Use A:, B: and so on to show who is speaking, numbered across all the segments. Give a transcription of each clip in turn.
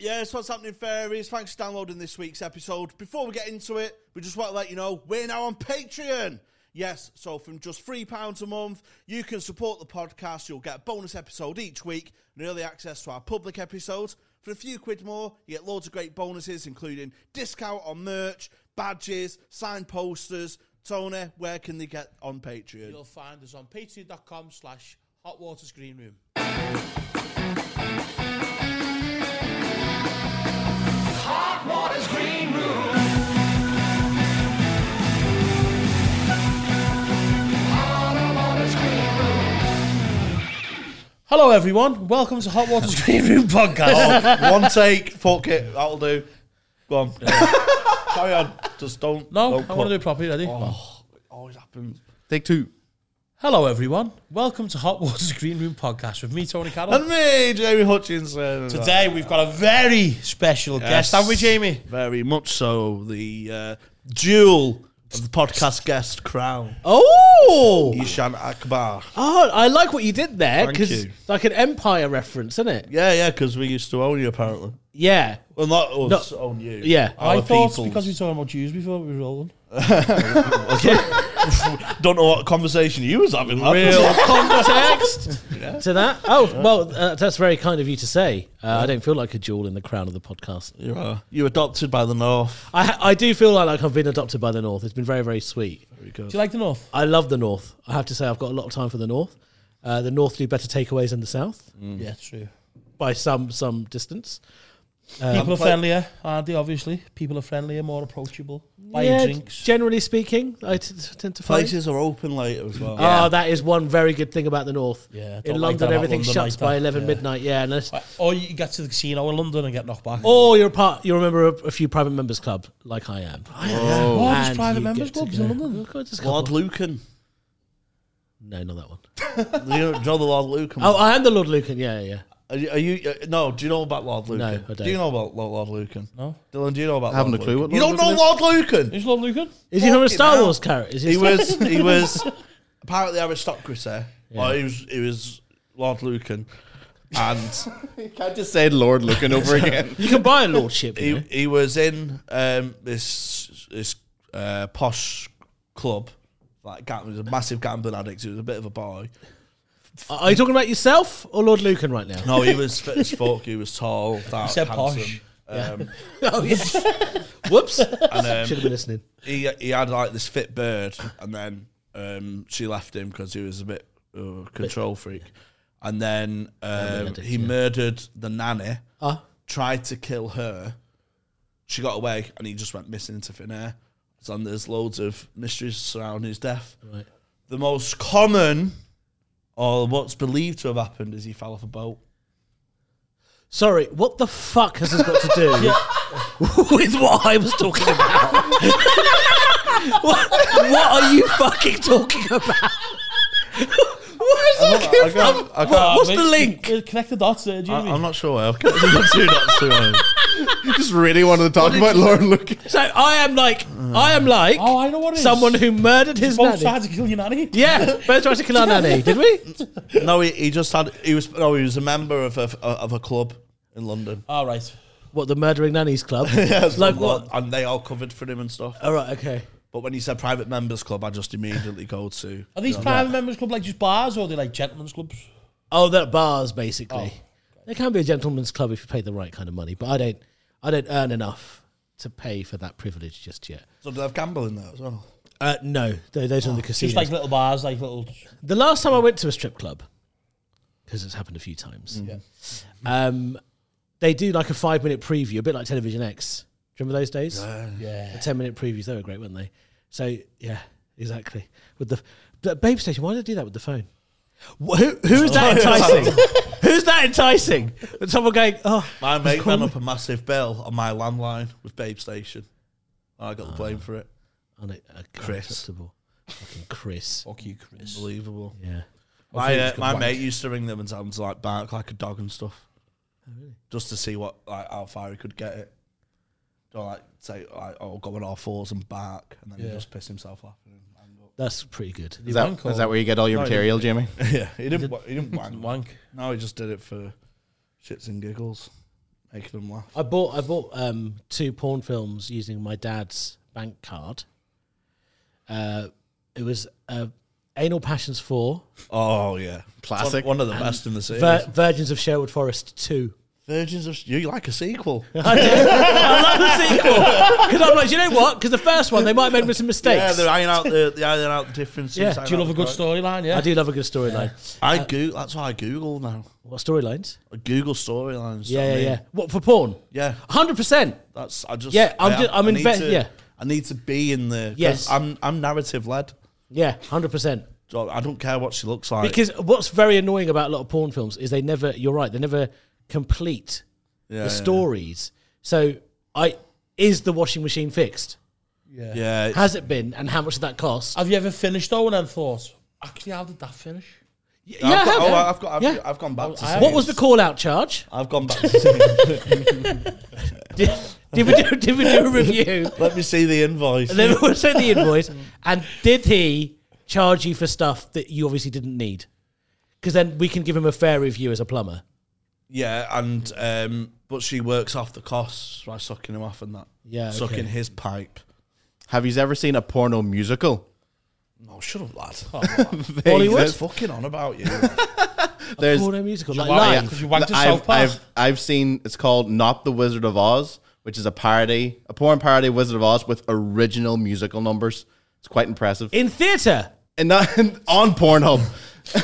A: Yeah, that's what's happening, fairies. Thanks for downloading this week's episode. Before we get into it, we just want to let you know we're now on Patreon. Yes, so from just £3 a month, you can support the podcast. You'll get a bonus episode each week and early access to our public episodes. For a few quid more, you get loads of great bonuses, including discount on merch, badges, signed posters. Tony, where can they get on Patreon?
B: You'll find us on patreon.com slash Hot Green Room. Hello, everyone. Welcome to Hot Water's Green Room podcast.
A: Oh, one take, fuck it, that'll do. Go on. Carry on. Just don't.
B: No,
A: don't
B: I want to do it properly. Ready?
A: It Oh, always happens.
C: Take two.
B: Hello, everyone. Welcome to Hot Water's Green Room podcast with me, Tony Carroll.
A: And me, Jamie Hutchinson.
B: Today we've got a very special guest, haven't we, Jamie?
A: Very much so. The uh, jewel of the podcast guest crown,
C: Oh,
A: Ishan Akbar.
B: Ah,
C: oh I like what you did there
A: Thank
C: because
A: you.
C: it's like an empire reference, isn't it?
A: Yeah, yeah, because we used to own you, apparently.
C: Yeah.
A: Well, not us, own you.
C: Yeah.
A: Our
B: I thought
A: people.
B: because we were talking about Jews before we were rolling.
A: Don't know what conversation you was having. lad.
C: Context to that. Oh, well, uh, that's very kind of you to say. Uh, I don't feel like a jewel in the crown of the podcast.
A: You are. You adopted by the North.
C: I, I do feel like, like I've been adopted by the North. It's been very, very sweet.
A: Very good.
B: Do you like the North?
C: I love the North. I have to say, I've got a lot of time for the North. Uh, the North do better takeaways than the South
B: Yeah, true.
C: by some some distance. Um,
B: People are friendlier, aren't they? Obviously, people are friendlier, more approachable. Buying
C: Yeah,
B: drinks.
C: Generally speaking, I t- t- tend to find.
A: Places are open later as well.
C: Oh, that is one very good thing about the north.
B: Yeah, I don't like
C: in
B: that
C: London,
B: about
C: everything
B: London
C: shuts
B: like
C: by
B: that,
C: eleven
B: yeah.
C: midnight. Yeah, unless,
B: Or you get to the casino in London and get knocked back.
C: or you're a part. You're a member of a few private members club, like I am.
B: Oh, there's
C: And
B: private
C: you
B: members
C: get to
B: clubs
C: go-
B: in London.
C: Oh, God, there's a couple.
A: Lord Lucan.
C: No, not that one.
A: Do you know do you know the Lord Lucan?
C: Oh, I am the Lord Lucan. Yeah, yeah.
A: Are you, are you uh, no? Do you know about Lord Lucan?
C: No, I don't.
A: Do you know about Lo- Lord Lucan?
B: No.
A: Dylan, do you know about?
D: I haven't
A: Lord
D: a clue
A: Lucan?
D: what
A: you
D: Lord
A: don't know Lord Lucan.
B: Is Lord Lucan?
C: Is he from a
A: Fucking
C: Star
A: hell.
C: Wars character? Is
A: He
C: he?
A: was he was part of the aristocracy. Or he was he was Lord Lucan, and
D: I just said Lord looking over again.
C: you can buy a lordship. you
A: he
C: know.
A: he was in um, this this uh, posh club. Like gam- he was a massive gambling addict. He was a bit of a boy.
C: Are you talking about yourself or Lord Lucan right now?
A: No, he was fit as fuck. He was tall, dark,
B: said
A: handsome.
B: posh.
A: Um,
C: oh, yeah. Whoops.
A: and, um,
C: Should have been listening.
A: he he had like this fit bird, and then um, she left him because he was a bit uh, control freak. And then um, he murdered the nanny,
C: Ah.
A: tried to kill her. She got away, and he just went missing into thin air. So there's loads of mysteries surrounding his death.
C: Right.
A: The most common, or what's believed to have happened, is he fell off a boat.
C: Sorry, what the fuck has this got to do with what I was talking about? what, what are you fucking talking about? Where's
A: I'm
C: that
A: not-
C: came
A: I can't-
C: from?
A: I can't-
C: What- what's
B: Ah,
C: the
B: mate,
C: link?
B: you- you Connect the dots there, Jimmy.
A: I, am not sure. I've got two knots to it.
D: You just really wanted to talk about Lord looking.
C: So I am like, I am like
B: Oh, I know what it is.
C: someone who murdered his
B: both
C: nanny.
B: tried to kill your nanny.
C: Yeah, both tried to kill our nanny, did we?
A: No, he, he just had. He was no. He was a member of a, of a club in London.
B: All right.
C: What the murdering nannies club?
A: Yes,
C: like
A: and
C: what?
A: lo- And they all covered for him and stuff.
C: All right, okay.
A: But when you said private members club, I just immediately go to.
B: Are these private members club like just bars or are they like gentlemen's clubs?
C: Oh, they're bars basically.
B: Oh,
C: There can be a gentleman's club if you pay the right kind of money, but I don't. I don't earn enough to pay for that privilege just yet.
A: So they have gambling there as well.
C: Uh, no, th- those are the casinos.
B: Oh, Just like little bars, like little.
C: the last time I went to a strip club, because it's happened a few times. Um, they do like a five-minute preview, a bit like Television X. Do you remember those days?
B: Yeah.
C: The ten-minute previews they were great, weren't they? So yeah, exactly. With the but Babe Station, why did I do that with the phone? Wh- Who, who is that enticing? Who's that enticing? And someone going, oh,
A: My
C: he's
A: mate
C: calling
A: ran up a massive bill on my landline with Babe Station. I
B: Ah.
A: got the blame for it.
C: on it. Uh,
A: Chris.
C: unacceptable. Fucking Chris.
B: Fuck you, Chris.
A: Unbelievable.
C: Yeah.
A: My uh, my mate used to ring them and tell them to like bark like a dog and stuff,
B: Oh,
A: just to see what like how far he could get it. Don't like say like oh go on all fours and bark, and then he
B: Yeah.
A: just piss himself off. and hang up.
C: That's pretty good.
D: Is that, is that where you get all your material, Jamie?
A: yeah, he didn't. wa- He didn't wank.
B: wank?
A: No, he just did it for shits and giggles. making them laugh.
C: I bought I bought um, two porn films using my dad's bank card. Uh, it was uh, Anal Passions Four,
A: Oh yeah,
D: Classic.
A: One, one of the best in the series.
C: Vir- Virgins of Sherwood Forest Two.
A: Virgins of you like a sequel?
C: I love the sequel because I'm like, you know what? Because the first one they might have made some mistakes.
A: yeah, they're ironing out the they're ironing out the differences.
C: Yeah.
A: ironing
B: Do you
A: out
B: love a good
A: the-
B: storyline?
C: I
B: Yeah.
C: do love a good storyline.
A: I
C: uh,
A: go. That's why I Google now.
C: What storylines?
A: I Google storylines. you know
C: Yeah,
A: what
C: yeah,
A: I mean?
C: yeah. What for porn?
A: yeah.
C: Hundred percent.
A: That's I just
C: Yeah, I'm
A: I,
C: ju- I'm
A: I need
C: inve-
A: to-
C: yeah.
A: I need to be in there. 'cause
C: Yes.
A: I'm I'm narrative led.
C: Yeah, hundred percent.
A: So I don't care what she looks like.
C: Because what's very annoying about a lot of porn films is they never. You're right. They never complete
A: yeah,
C: the
A: yeah.
C: stories. So I is the washing machine fixed?
A: Yeah, it's-
C: Has it been, and how much did that cost?
B: Have you ever finished though and then thought, actually, how did that finish?
C: yeah,
A: I've
C: I
A: got,
C: have.
A: oh, I've got. I've,
C: Yeah.
A: I've gone back to.
B: I-
A: seeing
C: what was
A: it.
C: the call out charge?
A: I've gone back to. seeing it.
C: Did, did we do did we do a review?
A: Let me see the invoice.
C: And then we'll send the invoice. And did he charge you for stuff that you obviously didn't need? Because then we can give him a fair review as a plumber.
A: Yeah, and um, but she works off the costs by sucking him off and that.
C: Yeah, okay.
A: sucking his pipe.
D: Have you ever seen a porno musical?
A: No, shut up, lad.
D: They
C: Hollywood?
A: What's
D: exist.
A: fucking on about you?
D: There's
C: Porno musical, like
D: Well, yeah.
C: live.
B: 'Cause you wanked yourself
D: I've,
B: past.
D: I've, I've seen it's called Not the Wizard of Oz, which is a parody, a porn parody of Wizard of Oz with original musical numbers. It's quite impressive.
C: In theatre.
D: and not on Pornhub.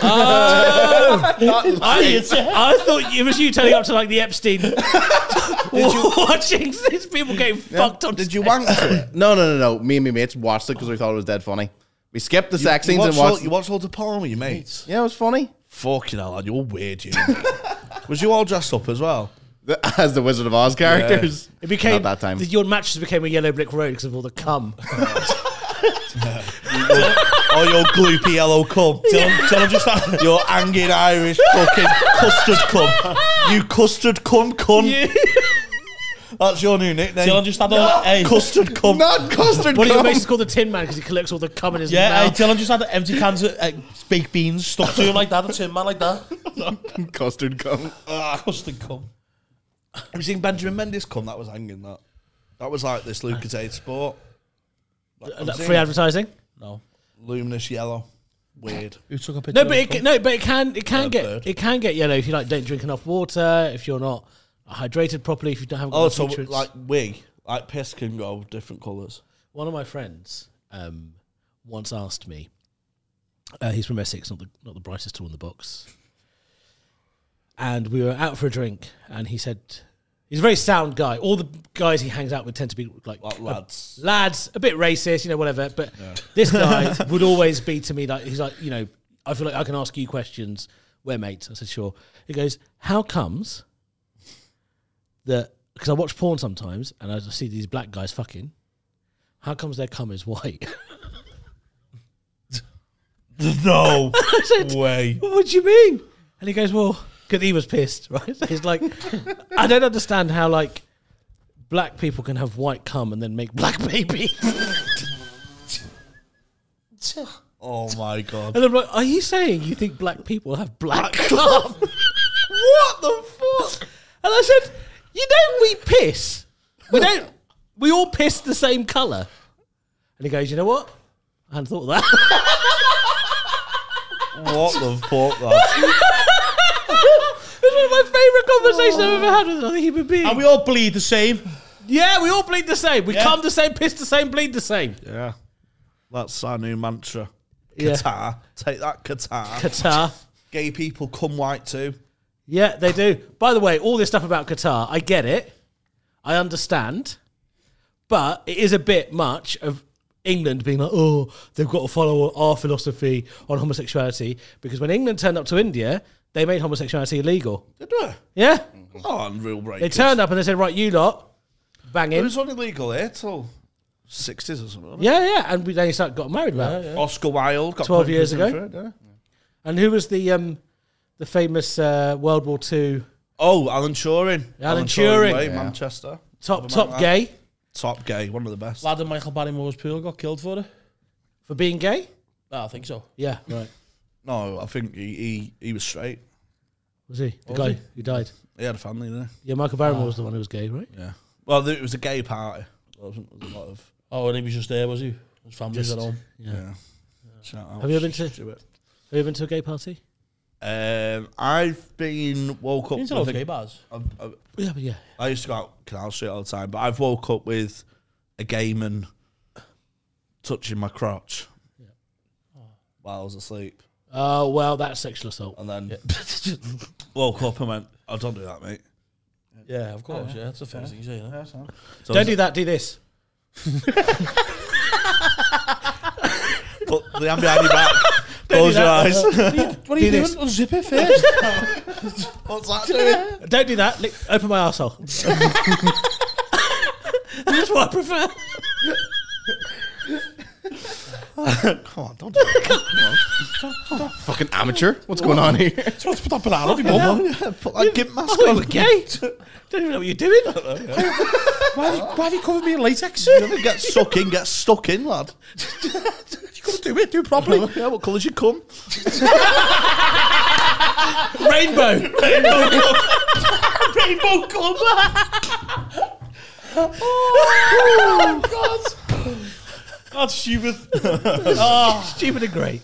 C: I, I thought it was you turning up to like the Epstein watching these people getting fucked on.
A: Did you wank to it?
D: No, no, no, no. Me and my mates watched it because we thought it was dead funny. We skipped the sex
A: you
D: scenes
A: watch
D: and watched.
A: you watch loads of porn with your mates.
D: yeah, it was funny.
A: Fucking hell, lad, you're weird. You. was you all dressed up as well?
D: The- As the Wizard of Oz characters.
C: It became
D: Not that time.
C: Your mattress became a yellow brick road because of all the cum.
A: or your gloopy yellow cub?
B: Tell him, tell him just that.
A: Your angry Irish fucking custard cum. You custard cum cunt. That's your new nickname.
B: Tell him just had all that. Hey,
A: custard cum.
D: Not custard
C: One of your
D: cum.
C: mates is called the Tin Man because he collects all the cum in his
B: yeah, hey,
C: mouth.
B: tell him just had empty cans of uh, baked beans stuck to him like that, a tin man like that.
D: custard cum.
B: Custard cum.
A: Have you seen Benjamin Mendes come? That was hanging. That that was like this Lucas Aid sport. Like,
C: Uh,
A: I've
C: that
A: seen
C: free
A: it.
C: advertising.
B: No.
A: luminous yellow. Weird.
B: Who took a picture?
C: No, but it, ca- no, but it can it can get
A: bird.
C: it can get yellow if you like don't drink enough water if you're not hydrated properly if you don't have.
A: Oh,
C: enough
A: so
C: nutrients.
A: like we like piss can go different colours.
C: one of my friends um, once asked me. Uh, he's from Essex, not the not the brightest tool in the box. And we were out for a drink, and he said, "He's a very sound guy. All the guys he hangs out with tend to be like,
A: Like
C: a-
A: lads.
C: lads, a bit racist, you know, whatever." But this guy would always be to me like, he's like, you know, I feel like I can ask you questions. Where, mate? I said, sure. He goes, "How comes that?" Because I watch porn sometimes, and I just see these black guys fucking. How comes their cum is white?
A: No
C: I said,
A: way.
C: what do you mean? And he goes, well, because he was pissed, right? So he's like, I don't understand how like black people can have white cum and then make black baby.
A: Oh my god.
C: And I'm like, are you saying you think black people have black cum?
A: What the fuck?
C: And I said, you don't we piss. We don't. We all piss the same color. And he goes, you know what? I hadn't thought of that.
A: What the fuck? Lad?
C: It's one of my favourite conversations I've ever had with another human being.
B: And we all bleed the same.
C: yeah, we all bleed the same. We
B: Yeah.
C: cum the same, piss the same, bleed the same.
A: Yeah, that's our new mantra.
C: Yeah.
A: Qatar, take that Qatar.
C: Qatar.
A: Gay people come white too.
C: Yeah, they do. By the way, all this stuff about Qatar, I get it. I understand. But it is a bit much of England being like, oh, they've got to follow our philosophy on homosexuality. Because when England turned up to India, they made homosexuality illegal.
A: They do.
C: Yeah?
A: Oh, unreal
C: They
A: breakers.
C: turned up and they said, right, you lot, bang
A: It
C: him.
A: was only legal here till sixties or something. wasn't it?
C: Yeah, yeah. And we, they start, got married about it.
A: Oscar Wilde got
C: 12
A: put in
C: years
A: prison
C: ago.
A: for it, yeah.
C: And who was the um, the famous uh, World War II
A: Oh, Alan Turing.
C: Alan Turing.
A: Way, Manchester.
C: top,
A: Another man
C: top
A: like that.
C: gay
A: Top gay, one of the best.
B: Lad in Michael Barrymore's pool got killed for it.
C: for being gay?
B: No, Ah, I think so.
C: Yeah, right.
A: No, I think he he, he was straight.
C: Was he? The
B: Was
C: guy
B: he?
C: who died.
A: He had a family, didn't he?
C: Yeah, Michael Barrymore was the one who was gay, right?
A: Yeah. Well, there- it was a gay party. There wasn't there was a lot of.
B: Oh, and he was just there, was he? His family's
C: Just-
B: at home.
A: Yeah. Shout out.
C: Have you ever been to-
A: Stewart.
C: Have you been to a gay party?
A: Um, I've been woke up.
B: Into
A: with a-
B: those gay bars.
A: I've- I've-
C: Yeah, but yeah.
A: I used to go out canal street all the time, but I've woke up with a gay man touching my crotch while I was asleep,
C: Oh well, that's sexual assault.
A: and then woke up and went, "I don't do that, mate."
B: Yeah, of course. Yeah, that's the first thing you say. innit?
A: So
C: Don't do that. Do this.
A: Put the hand behind your back. Close your eyes.
B: What are you doing?
C: Do this.
B: Unzip it first.
A: What's that doing?
C: Don't do that. Lick, open my arsehole. That's what I prefer.
A: Come on, don't do that.
D: Fucking amateur. What's going on here?
B: Trying to put that banana on your
A: Come
B: bum.
A: on, yeah, put that gimp mask
C: Oh,
A: on.
C: we're gay. Don't even know what you're doing.
B: Why have, you, why have you covered me in latex?
A: You ever get stuck in, get stuck in, lad.
B: you got to do it. Do it properly.
A: yeah, what colour's your cum?
C: Rainbow.
B: Rainbow Club. oh, God. That's stupid.
C: Stupid and great.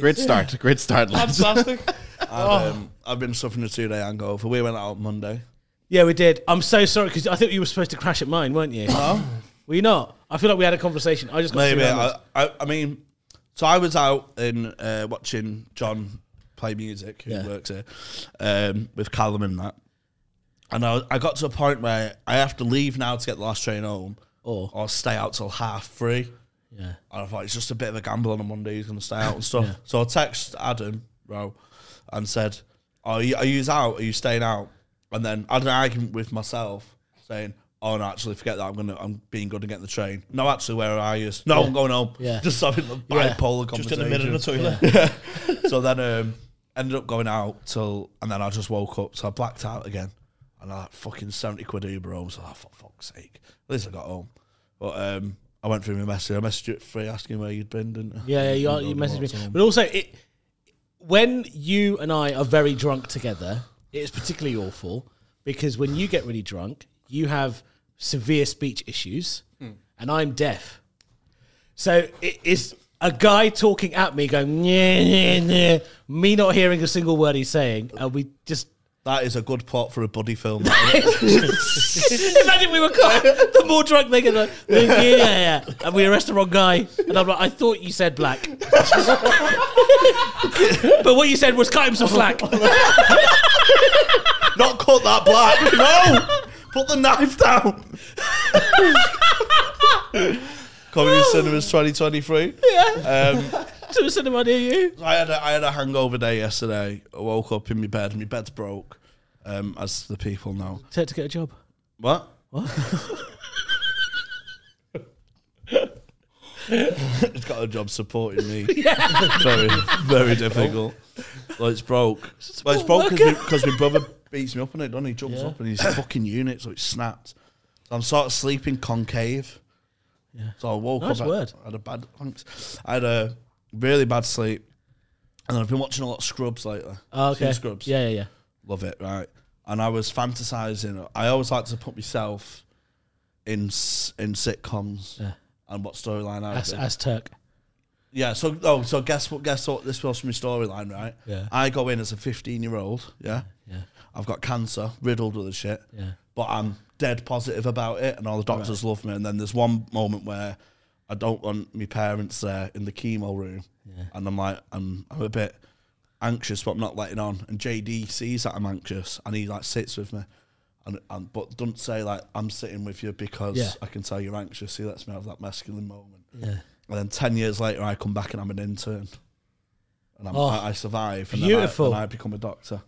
D: Great start. Great start, lads.
B: Fantastic. Oh.
A: I've, um, I've been suffering a two day hangover. We went out Monday.
C: Yeah, we did. I'm so sorry because I think you were supposed to crash at mine, weren't you? No. Were you not? I feel like we had a conversation. I just got
A: Maybe
C: too
A: I,
C: I,
A: I, I mean, so I was out in uh, watching John play music, who
C: Yeah.
A: works here, um, with Callum and that. And I, I got to a point where I have to leave now to get the last train home,
B: Oh.
C: Or-
A: or stay out till half three.
C: Yeah.
A: And I thought it's just a bit of a gamble on a Monday. He's going to stay out and stuff. So I texted Adam Rowe and said, "Are you are you out? Are you staying out?" And then I had an argument with myself, saying, "Oh no, actually, forget that. I'm gonna I'm being good and get the train. No, actually, where are you? No, I'm going home.
C: Yeah.
A: just having a
C: Yeah.
A: bipolar conversation.
B: Just in the middle of the toilet.
A: so then um, ended up going out till, and then I just woke up. So I blacked out again, and I had fucking seventy quid Uber home. So I thought, fuck's sake, at least I got home. But um, I went through my message. I messaged you at three asking where you'd been, didn't I?
C: Yeah, yeah, you, are- you messaged me. But also, it, when you and I are very drunk together, it is particularly awful because when you get really drunk, you have severe speech issues, and I'm deaf. So it is a guy talking at me, going, "Nyeh, nyeh, nyeh," me not hearing a single word he's saying, and we just.
A: That is a good plot for a buddy film.
C: Imagine we were caught. The more drunk they get, like, yeah, yeah, yeah, and we arrest the wrong guy. And I'm like, I thought you said black, but what you said was cut him some slack.
A: Not cut that black. No, put the knife down. Comedy Cinemas 2023. Yeah. Um,
C: to a cinema near you.
A: I had a, I had a hangover day yesterday. I woke up in my bed. My bed's broke, um, as the people know.
C: Take to get a job.
A: What? What? it's got a job supporting me. Very, very difficult. Well, it's broke. Well, it's broke
C: worker.
A: because my brother beats me up on it, doesn't he? Jumps up and he's fucking unit, so it's snapped. So I'm sort of sleeping concave. Yeah. So I woke
C: Nice
A: up. I-
C: word.
A: I had a bad. Thanks. I had a really bad sleep, and I've been watching a lot of Scrubs lately.
C: Oh,
A: Seen
C: okay.
A: Scrubs.
C: Yeah, yeah, yeah.
A: Love it, right? And I was fantasizing. I always like to put myself in s- in sitcoms
C: Yeah.
A: and what storyline I
C: As,
A: would be.
C: as Turk.
A: Yeah. So oh, so guess what? Guess what? This was from my storyline, right?
C: Yeah.
A: I go in as a fifteen-year-old. Yeah.
C: Yeah.
A: I've got cancer, riddled with the shit.
C: Yeah.
A: But I'm dead positive about it, and all the doctors love me. And then there's one moment where I don't want my parents there in the chemo room, and I'm like, I'm, I'm a bit anxious, but I'm not letting on. And JD sees that I'm anxious, and he like sits with me, and, and but doesn't say like I'm sitting with you because
C: Yeah.
A: I can tell you're anxious. He lets me have that masculine moment.
C: Yeah.
A: And then ten years later, I come back and I'm an intern, and I'm,
C: Oh,
A: I, I survive. And
C: beautiful.
A: Then I, then I become a doctor,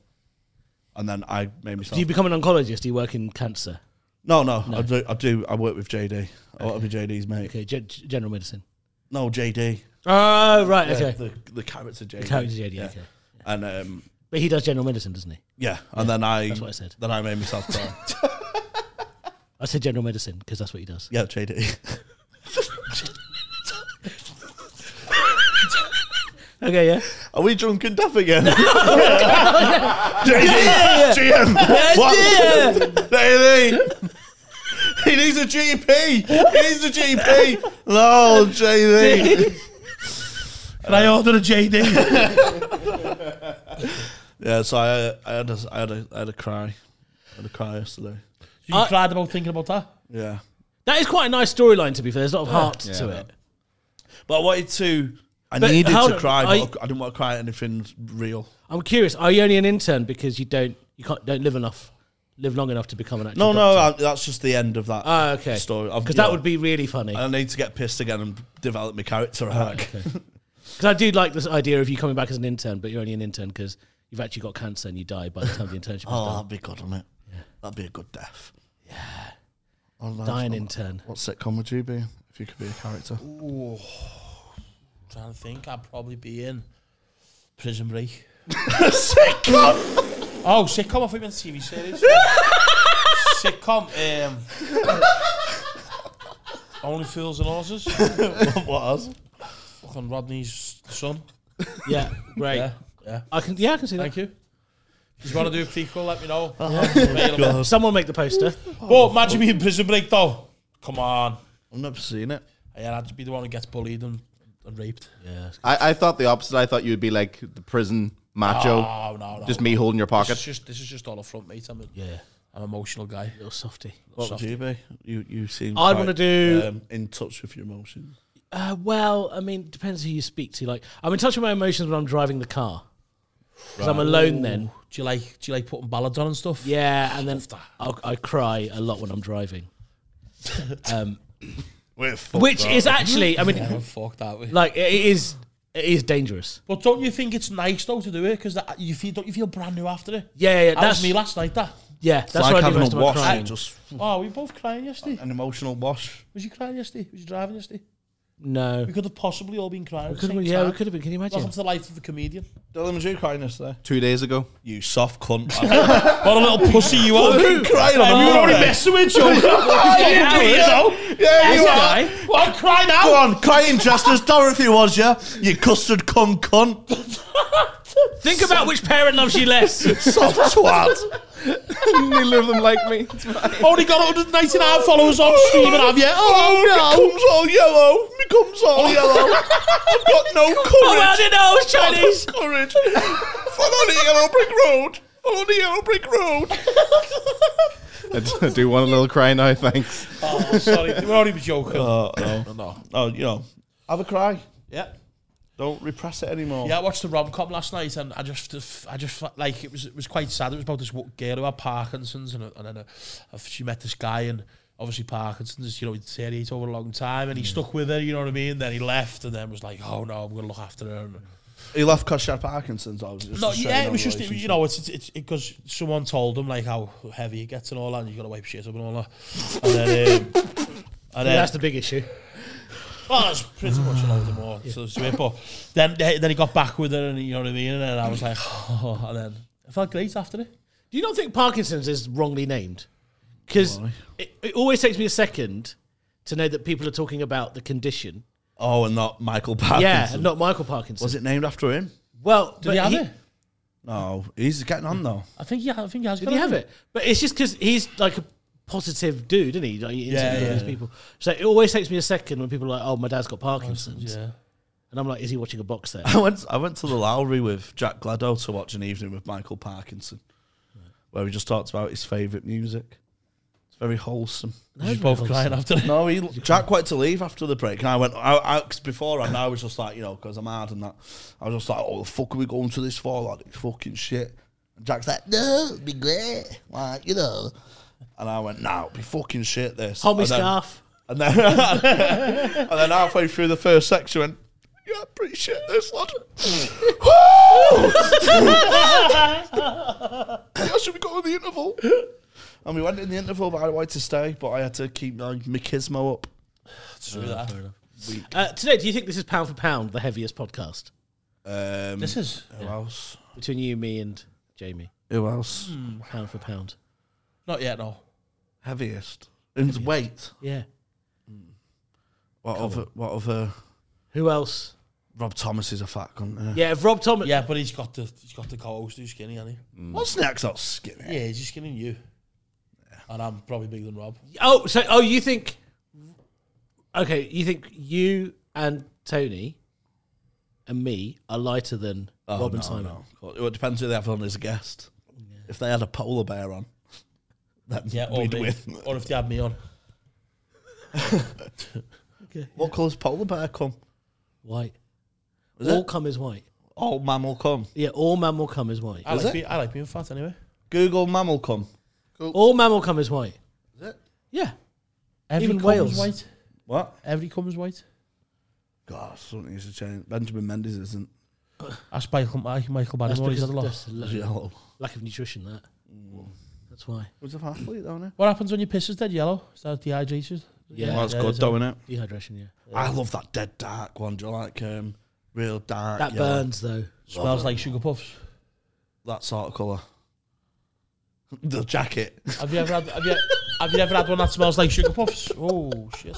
A: and then I made myself.
C: Do you become an oncologist? Do you work in cancer?
A: no, no, I do. I do. I work with JD. I want to be JD's mate.
C: Okay, ge- general medicine.
A: No, JD.
C: Oh, right, okay.
A: The, the character JD.
C: Character JD, okay.
A: And um,
C: But he does general medicine, doesn't he?
A: yeah, and then I.
C: that's what I said.
A: Then I made myself. cry.
C: I said general medicine because that's what he does.
A: yeah, JD.
C: Okay, yeah.
A: Are we drunk and deaf again?
C: Yeah,
A: GM!
C: yeah.
A: JD! He needs a GP! He needs a GP! No, JD!
B: Can I order a JD?
A: Yeah, so I, I, had a, I, had a, I had a cry. I had a cry yesterday.
B: you
C: I-
B: cried about thinking about that.
A: Yeah.
C: That is quite a nice storyline, to be fair. There's a lot of heart to
D: Yeah.
C: it.
A: But I wanted to. I
C: But
A: needed
C: how
A: to
C: do-
A: cry,
C: I-
A: but I, I didn't want to cry at anything real.
C: I'm curious. Are you only an intern because you don't you can't don't live enough, live long enough to become an
A: No,
C: actual?
A: no, I, that's just the end of that
C: Ah, okay.
A: story.
C: Because that would be really funny.
A: I need to get pissed again and develop my character arc.
C: Because I do like this idea of you coming back as an intern, but you're only an intern because you've actually got cancer and you die by the time the internship is
A: Oh,
C: done.
A: that'd be good, wouldn't it? That'd be a good death. Yeah.
C: Dying intern.
A: What sitcom would you be if you could be a character?
B: trying to think. I'd probably be in Prison Break.
A: sitcom!
B: Oh, sitcom. I thought you meant TV series. sitcom. Um, Only Fools and Horses.
A: what else?
B: Fucking Rodney's son.
C: Yeah, great.
B: Yeah, yeah.
C: I can. Yeah, I can see that.
B: Thank you. If you want to do a prequel, let me know.
A: Uh,
C: Someone make the poster.
B: But imagine me in Prison Break, though. Come on.
A: I've never seen it.
B: Yeah, I'd be the one who gets bullied and, and raped.
C: yeah.
D: I, I thought the opposite. I thought you would be like the prison macho,
B: Oh, no, no.
D: just me holding your
B: This is
D: pocket.
B: just, this is just all a front, mate. I'm, a,
C: Yeah.
B: I'm an emotional guy.
C: Little softy.
A: What would you be? You you seem.
C: I'd
A: quite,
C: wanna do-
A: um, in touch with your emotions.
C: Uh, well, I mean, depends who you speak to. Like, I'm in touch with my emotions when I'm driving the car because I'm alone then.
B: Do you like do you like putting ballads on and stuff?
C: Yeah, and then I'll, I cry a lot when I'm driving, um, which is actually, I mean,
B: Yeah, Oh, fuck that. we-
C: like it is, it is dangerous.
B: But don't you think it's nice though to do it because you feel don't you feel brand new after it?
C: Yeah, yeah, yeah,
B: That was
C: that's Hmm.
B: me last night. That
C: Yeah, that's
A: It's
C: what I do most of my
A: wash,
C: crying.
A: just
B: oh, we were both crying yesterday.
A: an emotional wash.
B: Was you crying yesterday? Was you driving yesterday?
C: No,
B: We could have possibly all been crying. at the
C: could have
B: same
C: been, yeah,
B: time.
C: we could have been. Can you
B: Welcome
C: imagine?
B: to the life of a comedian.
A: Dylan, was you crying yesterday?
D: Two days ago,
A: You soft cunt.
B: What a little pussy you are!
A: Fucking crying on
C: Oh,
B: you
A: a
B: already
A: Monday.
B: messing with you. yeah, you know.
A: yeah, you are.
C: Guy,
B: Well, I'm crying
A: Go
B: out.
A: on, crying just as Dorothy was, yeah? You custard cum cunt.
C: Think about which parent loves you less.
A: Soft twat.
D: they love them like me.
B: Only got 199 followers on stream and have you? Oh,
A: me cum's all yellow. Me cum's all yellow. I've got no
C: oh, well, Oh. I
A: courage.
C: didn't know I was Chinese.
A: courage. Follow the yellow brick road. Follow the yellow brick road.
D: I d- I do want a little cry now, thanks.
B: no. sorry, we're only joking.
C: Uh,
A: Oh, no.
B: no.
A: Oh, you know. Have a cry.
B: Yeah.
A: Don't repress it anymore.
B: Yeah, I watched the rom com last night, and I just, I just felt like it was, it was quite sad. It was about this wo- girl who had Parkinson's, and, a- and then a, a- she met this guy, and obviously Parkinson's, you know, it deteriorates over a long time,
A: Mm.
B: and he stuck with her, you know what I mean? Then he left, and then was like, oh no, I'm gonna look after her. And,
A: He left because she had Parkinson's. I was just
B: no,
A: a
B: yeah, it was
A: strain
B: just
A: on
B: you know, it's it's because someone told him like how heavy it gets and all that, and you got to wipe shit up and all that, and then. Um, and then,
C: That's the big issue.
B: Well, that's pretty much a load of more. So it's weird. But then, then he got back with her, and you know what I mean. And then I was like, oh, and then I felt great after it.
C: Do you not think Parkinson's is wrongly named? Because it, it always takes me a second to know that people are talking about the condition.
A: Oh, and not Michael
C: Yeah,
A: Parkinson.
C: and not Michael Parkinson.
A: Was it named after him?
C: Well,
B: Did he have it?
A: No, he's getting on though.
B: I think yeah, I think he has.
C: Did he have it? But it's just because he's like a positive dude, isn't he? Like, he
B: Yeah,
C: yeah,
B: yeah.
C: these people. So it always takes me a second when people are like, "Oh, my dad's got Parkinson's,"
B: Yeah.
C: and I'm like, "Is he watching a box set?"
A: I went. I went to the Lowry with Jack Gladdo to watch an evening with Michael Parkinson, where he just talked about his favourite music. It's very wholesome.
B: She's both crying after it.
A: No, he, Jack wanted to leave after the break, and I went. I, I 'cause before and I was just like, you know, because I'm hard and that. I was just like, oh, the fuck are we going to this for? Like this fucking shit. And Jack's like, no, it'd be great, like you know. And I went, no, it'd be fucking shit. This.
C: Hold me
A: And then-
C: scarf.
A: And then, and then halfway through the first section, went, yeah, I appreciate this, lad. yeah, should we go to the interval? And we went in the interval, but I wanted to stay, but I had to keep my, my kismo up.
C: Uh, today, do you think this is pound for pound the heaviest podcast
A: Um,
B: This is
A: who else?
C: between you, me, and Jamie?
A: Who else?
B: Hmm.
C: Pound for pound.
B: not yet. No.
A: Heaviest. In weight.
C: Yeah.
A: What other, what other?
C: Who else?
A: Rob Thomas is a fat cunt. Yeah.
C: Yeah, if Rob Thomas.
B: Yeah, but he's got the he's got the co-host who's skinny, hasn't he?
A: What's next? Oh, I'll skip it.
B: Yeah, he's just skinny than you. And I'm probably bigger than Rob.
C: Oh, so oh, you think? Okay, you think you and Tony and me are lighter than
B: Oh,
C: Rob and Simon?
A: Oh, Well, it depends who they have on as a guest. If they had a polar bear on, then
B: Yeah, or,
A: we'd
B: me.
A: win.
B: or if they had me on.
A: What colour's polar bear come?
C: White.
A: Is
C: all
A: it?
C: cum is white.
A: Oh, mammal come.
C: Yeah, all mammal cum is white.
B: I
A: Is
B: like,
A: it?
B: be, I like being fat anyway.
A: Google mammal come.
C: all mammal cum is white.
A: Is it?
C: Yeah.
B: Every
C: Even
B: cum
C: whales.
B: is white.
A: What?
B: Every cum is white.
A: God, something needs to change. Benjamin Mendes isn't.
B: That's Michael, Michael, Michael
C: That's
B: Barrymore. He's had
C: because
B: a lot.
C: that's lack,
A: Yellow.
C: lack of nutrition. That. That's why
A: Was a athlete, don't it?
B: What happens when your piss is dead yellow? Is that dehydrated?
C: Yeah.
A: Well, that's
B: Yeah,
A: good,
B: it's
A: though, innit?
C: dehydration. Yeah.
A: I love that dead dark one. Do you like um, real dark?
C: That
A: yellow?
C: burns though.
B: Smells like sugar puffs.
A: That sort of colour. the jacket.
B: Have you ever had? Have you, have you ever had one that smells like sugar puffs? Oh shit!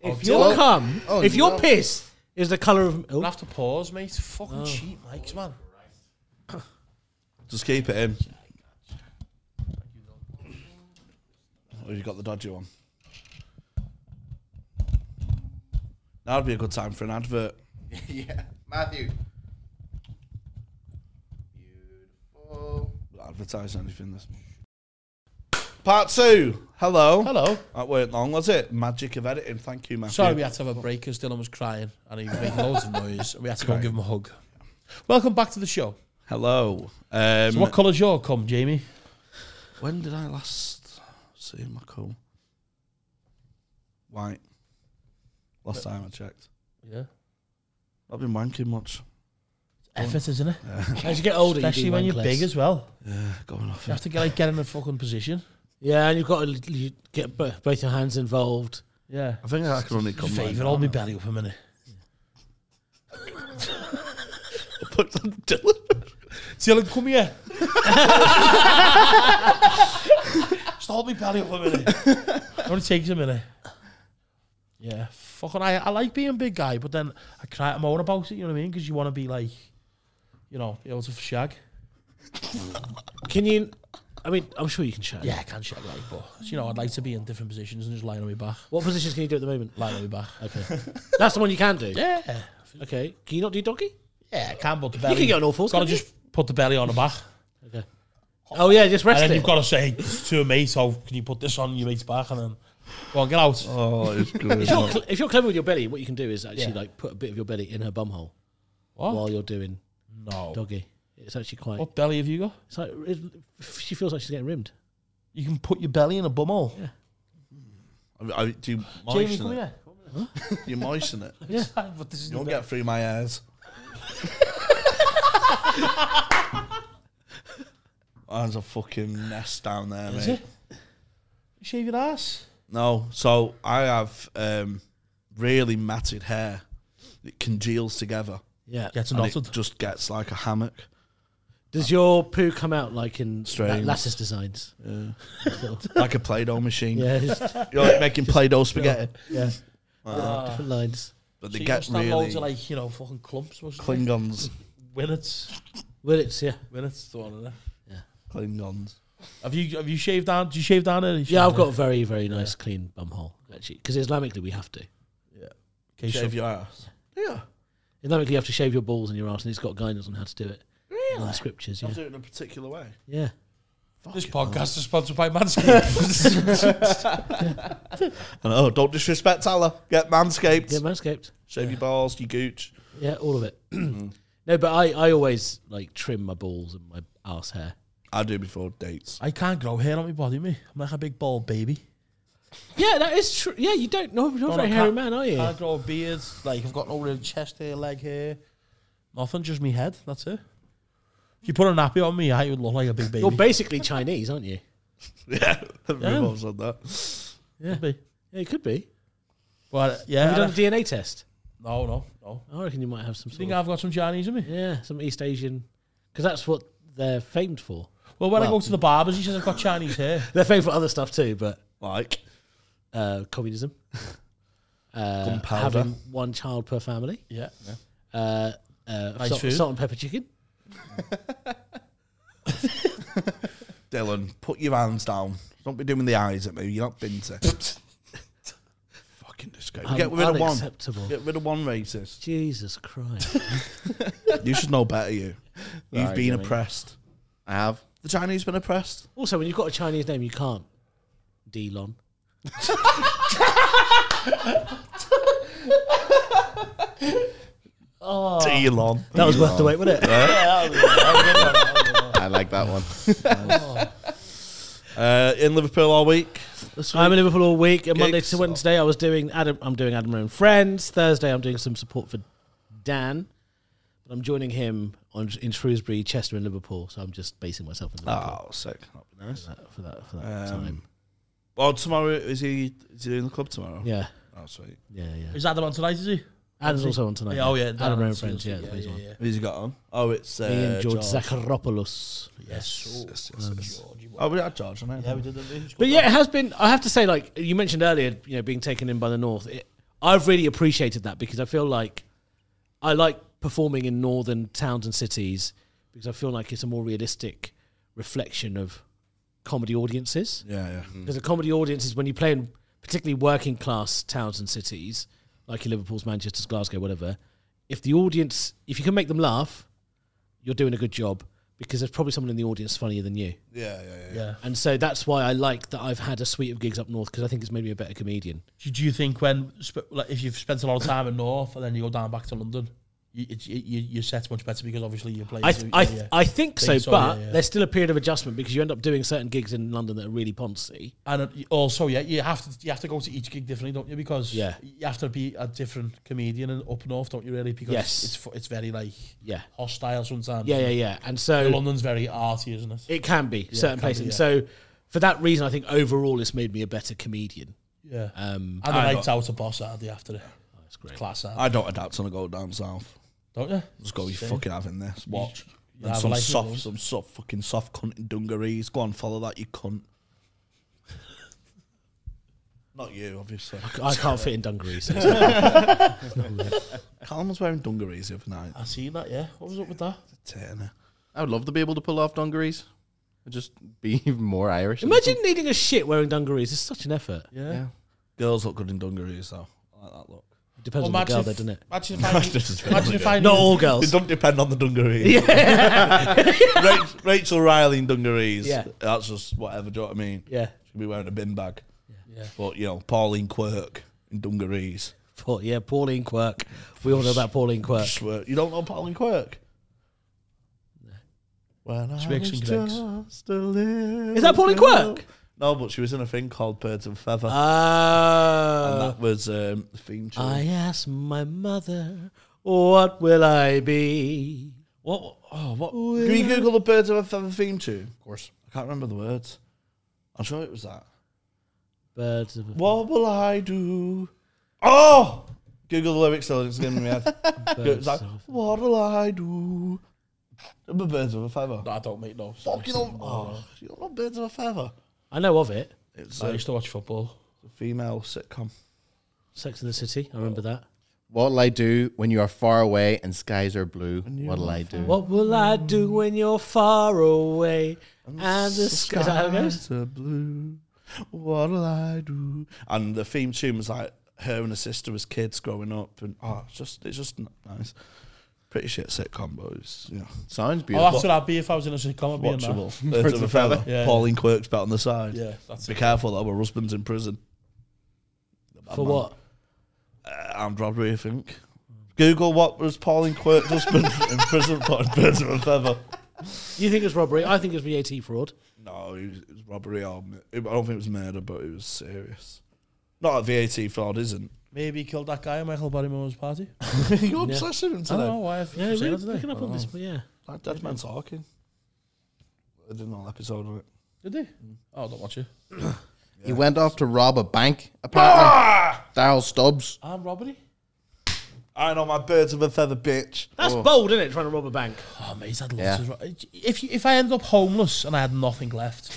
C: If your cum,
D: Oh,
C: if your
D: no.
C: piss is the color of,
B: We'll
C: oh,
B: have to pause, mate. Fucking cheap mics, man.
A: Just keep it in. Oh, you got the dodgy one. That'd be a good time for an advert.
D: yeah, Matthew. Beautiful.
A: We'll advertise anything this month. Part two. Hello.
B: Hello.
A: That weren't long, was it? Magic of editing. Thank you, Matthew.
B: Sorry, we had to have a break because Dylan was crying and he was making loads of noise. And we had to go and give him a hug. Welcome back to the show.
A: Hello. Um,
B: So what colour's your cum, Jamie?
A: when did I last see my cool? White. Last time I checked.
B: Yeah.
A: I've been wanking much.
B: Effort, isn't it?
C: as you get older,
B: Especially
C: you do
B: when
C: wank
B: you're
C: less.
B: big as well.
A: Yeah, going off.
B: You have to get like get in a fucking position.
C: Yeah, and you've got to you get bo- both your hands involved.
B: Yeah.
A: I think I can only come like
B: Favour, hold me belly up a minute.
A: Put on Dylan.
B: Dylan, come here. Just hold me belly up a minute. It only takes a minute. Yeah, fucking. I, I like being a big guy, but then I cry moan about it. You know what I mean? Because you want to be like, you know, be able to shag.
C: Can you? I mean, I'm sure you can shag.
B: Yeah, I can shag like, but you know, I'd like to be in different positions and just lying on my back,
C: What positions can you do at the moment?
B: lying on my back.
C: Okay, that's the one you can do.
B: Yeah,
C: Okay, can you not do doggy?
B: yeah, I can. But the belly.
C: You can get on all fours.
B: Gotta
C: can't you?
B: just put the belly on the back,
C: Okay. Oh yeah, just
B: and
C: rest
B: then
C: it.
B: you've got to say to a mate, "Oh, can you put this on your mate's back?" And then go on, get out.
A: Oh, it's good.
C: if, you're cle if you're clever with your belly, what you can do is actually
B: Yeah.
C: like put a bit of your belly in her bum hole
B: What?
C: while you're doing
B: no.
C: doggy. It's actually quite.
B: What belly have you got?
C: It's like it, she feels like she's getting rimmed.
B: You can put your belly in a bumhole.
A: I, I, do you
B: Jamie,
A: moisten
B: come
A: it?
B: here.
A: Do you moisten it? You
B: Yeah. but this is
A: won't get through my ears. There's a fucking nest down there,
B: Is
A: mate.
B: it? Shave your ass.
A: No, so I have um, really matted hair. It congeals together.
C: Yeah.
B: Gets
A: And
B: knotted.
A: it just gets like a hammock.
C: Does your poo come out like in
A: Strange.
C: that lattice designs?
A: like a Play Doh machine.
C: Yeah. it's-
A: You're like making Play Doh spaghetti.
C: yeah.
B: Ah.
C: Different lines.
A: But
B: So
A: they
B: you
A: get
B: must have
A: really
B: loads of like, you know, fucking clumps. wasn't it?
A: Klingons.
B: Winnets.
C: Willits, yeah.
B: Winnets. The one in there.
A: Klingons.
B: Have you have you shaved down? Do you shave down any?
C: Yeah, I've got a very, very nice clean bum hole, actually. Because Islamically, we have to.
B: Okay, so-
A: Shave your ass. Yeah.
C: Islamically, you have to shave your balls and your arse, and it's got guidance on how to do it. Really? the scriptures,
A: I'll
C: yeah.
A: do it in a particular way.
C: Yeah.
B: This podcast is sponsored by Manscaped.
A: And oh, don't disrespect Allah. Get manscaped.
C: Yeah, manscaped.
A: Shave your balls, your gooch.
C: Yeah, all of it. no, but I, I always like trim my balls and my arse hair.
A: I do before dates.
B: I can't grow hair on my body, me. I'm like a big bald baby.
C: Yeah, that is true. Yeah, you don't know. You're not a Uh, very
B: I
C: hairy
B: can't-
C: man, are you?
B: Can't grow beards. Like I've got no real chest hair, leg hair, nothing. Just me head. That's it. If you put a nappy on me, I would look like a big baby.
C: You're basically Chinese, aren't you?
A: Yeah. Revolves on that.
B: Could be.
C: Yeah, you could be.
B: But yeah,
C: Have you done a DNA test?
B: no, no, no.
C: Uh, I reckon you might have
B: I
C: some sort
B: think
C: of,
B: I've got some Chinese in me.
C: yeah, some East Asian, because that's what they're famed for.
B: Well, when I
C: Well-
B: go to the barbers, he says I've got Chinese hair.
C: They're famed for other stuff too, but
A: Like,
C: uh, communism. uh,
B: Gunpowder.
C: having one child per family,
B: Yeah.
C: uh, uh,
B: Nice
C: salt,
B: food.
C: salt and pepper chicken.
A: Dylan, put your hands down. Don't be doing the eyes at me. You're not been to. Fucking disgusting. Get
C: Um,
A: rid of one.
C: unacceptable.
A: Get rid of one racist.
C: Jesus Christ.
A: You should know better. You. You've
D: Sorry,
A: been
D: Dylan.
A: oppressed.
D: I have.
A: The Chinese been oppressed.
C: also, when you've got a Chinese name, you can't. Delon.
A: Elon.
C: That was worth the wait, wasn't it?
D: I like that one.
A: Uh, in Liverpool all week.
C: I'm in Liverpool all week. And Monday
A: Gigs.
C: to Wednesday, I was doing Adam. I'm doing Adam and Friends. Thursday, I'm doing some support for Dan. But I'm joining him on in Shrewsbury, Chester, and Liverpool. So I'm just basing myself in Liverpool
A: Oh, sick. That'd be nice.
C: for that for that
A: Um,
C: time.
A: Oh, tomorrow is he? Is he doing the club tomorrow?
C: Yeah,
A: Oh, sweet.
C: yeah, yeah.
B: Is that the one tonight, is he?
C: Adam's also on tonight.
B: Yeah, oh, yeah.
C: Adam and
B: Dan's-
C: Friends. Yeah,
B: yeah,
C: yeah,
B: yeah, yeah.
A: Who's he got on? Oh, it's uh,
C: Me and George,
A: George.
C: Zakharopoulos.
B: Yes.
A: Yes, yes,
B: Um,
A: yes. Oh, we had George on it.
B: Yeah, we did, didn't we?
C: But yeah, it has been. I have to say, like you mentioned earlier, you know, being taken in by the North. It, I've really appreciated that because I feel like I like performing in northern towns and cities because I feel like it's a more realistic reflection of comedy audiences.
A: Yeah, yeah.
B: Mm-hmm.
C: Because a comedy audience is when you play in particularly working class towns and cities, like in Liverpool's, Manchester's, Glasgow, whatever. If the audience, if you can make them laugh, you're doing a good job because there's probably someone in the audience funnier than you.
A: Yeah, yeah, yeah.
B: Yeah.
C: And so that's why I like that I've had a suite of gigs up north because I think it's made me a better comedian.
B: Do, do you think when sp- like if you've spent a lot of time in North and then you go down back to London, you it, you you you're set much better because obviously you're playing.
C: I
B: through-
C: I,
B: yeah, yeah.
C: I think so,
B: so, yeah,
C: but
B: yeah.
C: there's still a period of adjustment because you end up doing certain gigs in London that are really poncy.
B: and it- also yeah, you have to you have to go to each gig differently, don't you? Because
C: Yeah.
B: you have to be a different comedian and up north, don't you? Really, because
C: Yes.
B: it's fu- it's very like
C: Yeah.
B: hostile sometimes.
C: Yeah, yeah, yeah. And so
B: London's very arty, isn't it?
C: it can be certain
B: can
C: places.
B: be,
C: And
B: yeah.
C: So for that reason, I think overall it's made me a better comedian.
B: Yeah.
C: Um, Oh,
B: and the
A: I
B: nights out of boss are the after it.
C: that's great.
B: Class out,
A: I don't adapt when I go down south.
B: don't you?
A: Just go, you
B: Same.
A: fucking having this. Watch.
B: you
A: And
B: have a
A: some
B: life, you know.
A: soft, some soft, fucking soft cunt in dungarees. Go on, follow that, you cunt. Not you, obviously.
C: I can't fit in dungarees.
A: Callum was wearing dungarees the other night.
B: I seen that, yeah. What was up with that?
A: Turner.
D: I would love to be able to pull off dungarees. I'd just be even more Irish.
C: Imagine needing a shit wearing dungarees. It's such an effort.
D: Yeah.
A: Girls look good in dungarees, though. I like that look.
C: Depends on the
B: imagine
C: girl,
B: if-
C: though, doesn't it?
B: Imagine if I knew- imagine if I
C: Not
B: knew-
C: all
A: It
C: girls.
A: don't depend on the dungarees. Rachel, Rachel Riley in dungarees.
C: Yeah.
A: That's just whatever, do you know what I mean?
C: Yeah.
A: She'll be wearing a bin bag.
B: Yeah.
A: But, you know, Pauline Quirk in dungarees.
C: Paul- yeah, Pauline Quirk. We all know about Pauline Quirk.
A: Swear- You don't know Pauline Quirk? When I
B: Twigs
A: was
B: and Twigs.
A: just a little
C: Is that Pauline
A: girl.
C: Quirk?
A: No, but she was in a thing called Birds of a Feather. and
C: Uh,
A: that was um, the theme tune.
C: I asked my mother, what will I be?
A: What? Oh, what? Can you Google the Birds of a Feather theme tune? Of course. I can't remember the words. I'm sure it was that.
C: Birds of a
A: What will I do? Oh! Google the lyrics still, it's giving me a
C: birds
A: It's like,
C: of-
A: what will I do? The Birds of a Feather.
B: No, I don't make no.
A: Fuck, you don't, oh, you don't know Birds of a Feather.
C: I know of it.
A: It's
B: I
A: a
B: used to watch football.
A: female sitcom.
C: Sex in the City. I remember that.
D: What'll I do when you are far away and skies are blue? What'll I do?
C: What will I do when you're far away and the sky? Is that how it goes?
A: Skies are blue. What'll I do? And the theme tune was like her and her sister as kids growing up, and oh, it's just it's just n- nice. Pretty shit sitcom, but it's yeah,
D: Sounds
B: Oh,
D: beautiful.
B: that's what I'd be if I was in a sitcom. I'd be in that.
A: watchable. Birds of a feather.
B: Yeah.
A: Pauline Quirk's bet on the side.
B: Yeah, that's
A: Be
B: it.
A: careful though, her husband's in prison.
C: For what?
A: Uh, armed robbery, I think. Google what was Pauline Quirk's husband in prison for in Birds of a Feather.
C: You think it's robbery? I think it's VAT fraud.
A: No, it was, it was robbery. Or, mu- I don't think it was murder, but it was serious. Not that VAT fraud isn't.
B: Maybe he killed that guy at Michael Barrymore's party.
A: You're obsessed with him
B: I don't know
A: today.
B: why. I think
C: Yeah,
B: yeah,
C: we're
B: that today.
C: picking up on this, but yeah.
A: That dead man talking. I did an all episode of it.
B: Did they? Oh, don't watch it.
D: He went off to rob a bank, apparently.
B: Ah!
D: Daryl Stubbs.
B: Armed robbery.
A: I know my birds of a feather, bitch.
C: That's bold, isn't it? Trying to rob a bank.
B: Oh, mate, I'd love
D: Yeah.
B: to. ro- If you- if I ended up homeless and I had nothing left,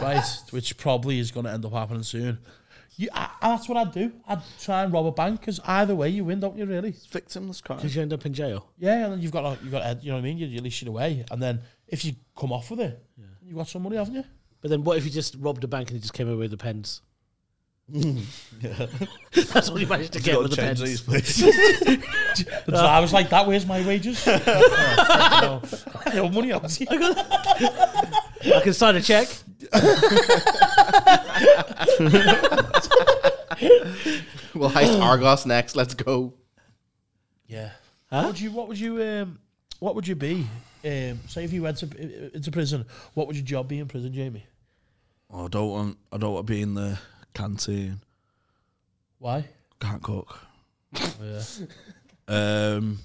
B: right, which probably is going to end up happening soon, You, I, I- that's what I'd do. I'd try and rob a bank because either way you win, don't you? Really?
D: Victimless crime.
C: Did you end up in jail?
B: Yeah, and then you've got like, you got you know what I mean. You, you leash it away, and then if you come off with it, you've got some money, haven't you?
C: But then what if you just robbed a bank and you just came away with the pens? That's all you managed to get with the pens.
B: The driver's like, "That where's my wages? oh, fuck no. I owe money out to you.
C: I can sign a check.
D: We'll heist Argos next. Let's go.
B: Yeah. What would you? What would you? Um, what would you be? Um, say if you went to, into prison, what would your job be in prison, Jamie?
A: Oh, I don't want. I don't want to be in the canteen.
B: Why?
A: Can't cook.
B: Yeah.
A: Um,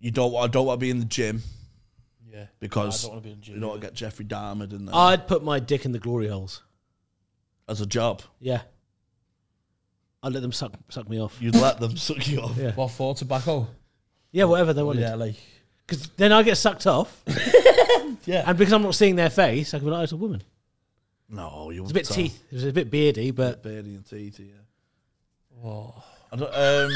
A: you don't. I don't want to be in the gym
B: Yeah.
A: because
B: I don't wanna be in the gym
A: you don't
B: either.
A: get Jeffrey Dahmer in there
C: I'd put my dick in the glory holes.
A: as a job.
C: Yeah. I'd let them suck suck me off.
A: You'd let them suck you off.
C: Yeah.
B: What for? Tobacco.
C: Yeah, whatever they wanted.
B: Yeah, like
C: Because then I get sucked off.
B: Yeah.
C: And because I'm not seeing their face, I can be like, oh, it's a woman.
A: No, you.
C: It's a bit teeth. It was a bit beardy, but
A: Beardy and teethy. Yeah.
B: Oh.
A: I don't, um,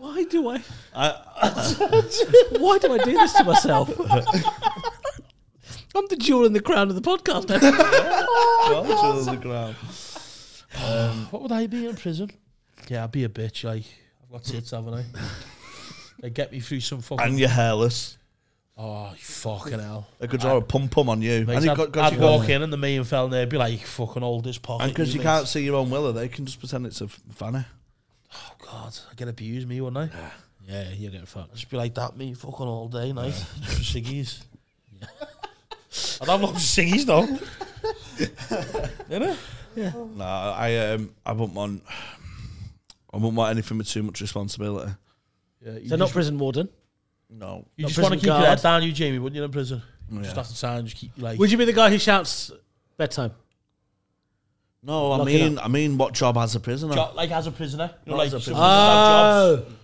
C: why do I? why do I do this to myself? I'm the jewel in the crown of the podcast. now.
A: Well, to the ground.
B: What would I be in prison? Yeah, I'd be a bitch. Like I've got tits, haven't I? they get me through some fucking.
A: And you're hairless.
B: oh fucking hell!
A: They could draw a pum pum on you.
B: Mate,
A: and you
B: I'd,
A: got,
B: I'd
A: got, you
B: walk in and the main fell there, be like fucking old as pocket.
A: and because you
B: mate.
A: can't see your own willow, they can just pretend it's a f- fanny.
B: Oh god, I get abused, me wouldn't I?
C: yeah, you're getting fucked.
B: Just be like that, me fucking all day, night for ciggies. I'd have loads of ciggies though. Innit?
A: No, I um, I wouldn't want. I wouldn't want anything with too much responsibility.
B: Yeah, you
C: So not
B: just,
C: prison warden.
A: No.
B: you
C: not
B: just want to
C: prison
B: keep your
C: guard.
B: head down, you Jamie, wouldn't you? In prison, just
A: Yeah.
B: after time, just keep like.
C: Would you be the guy who shouts bedtime?
A: No, I
C: Lock it
A: mean, I mean, what job has a prisoner?
B: Jo- like as a prisoner, you know,
A: Not
B: like
A: as a prisoner.
B: some people have jobs.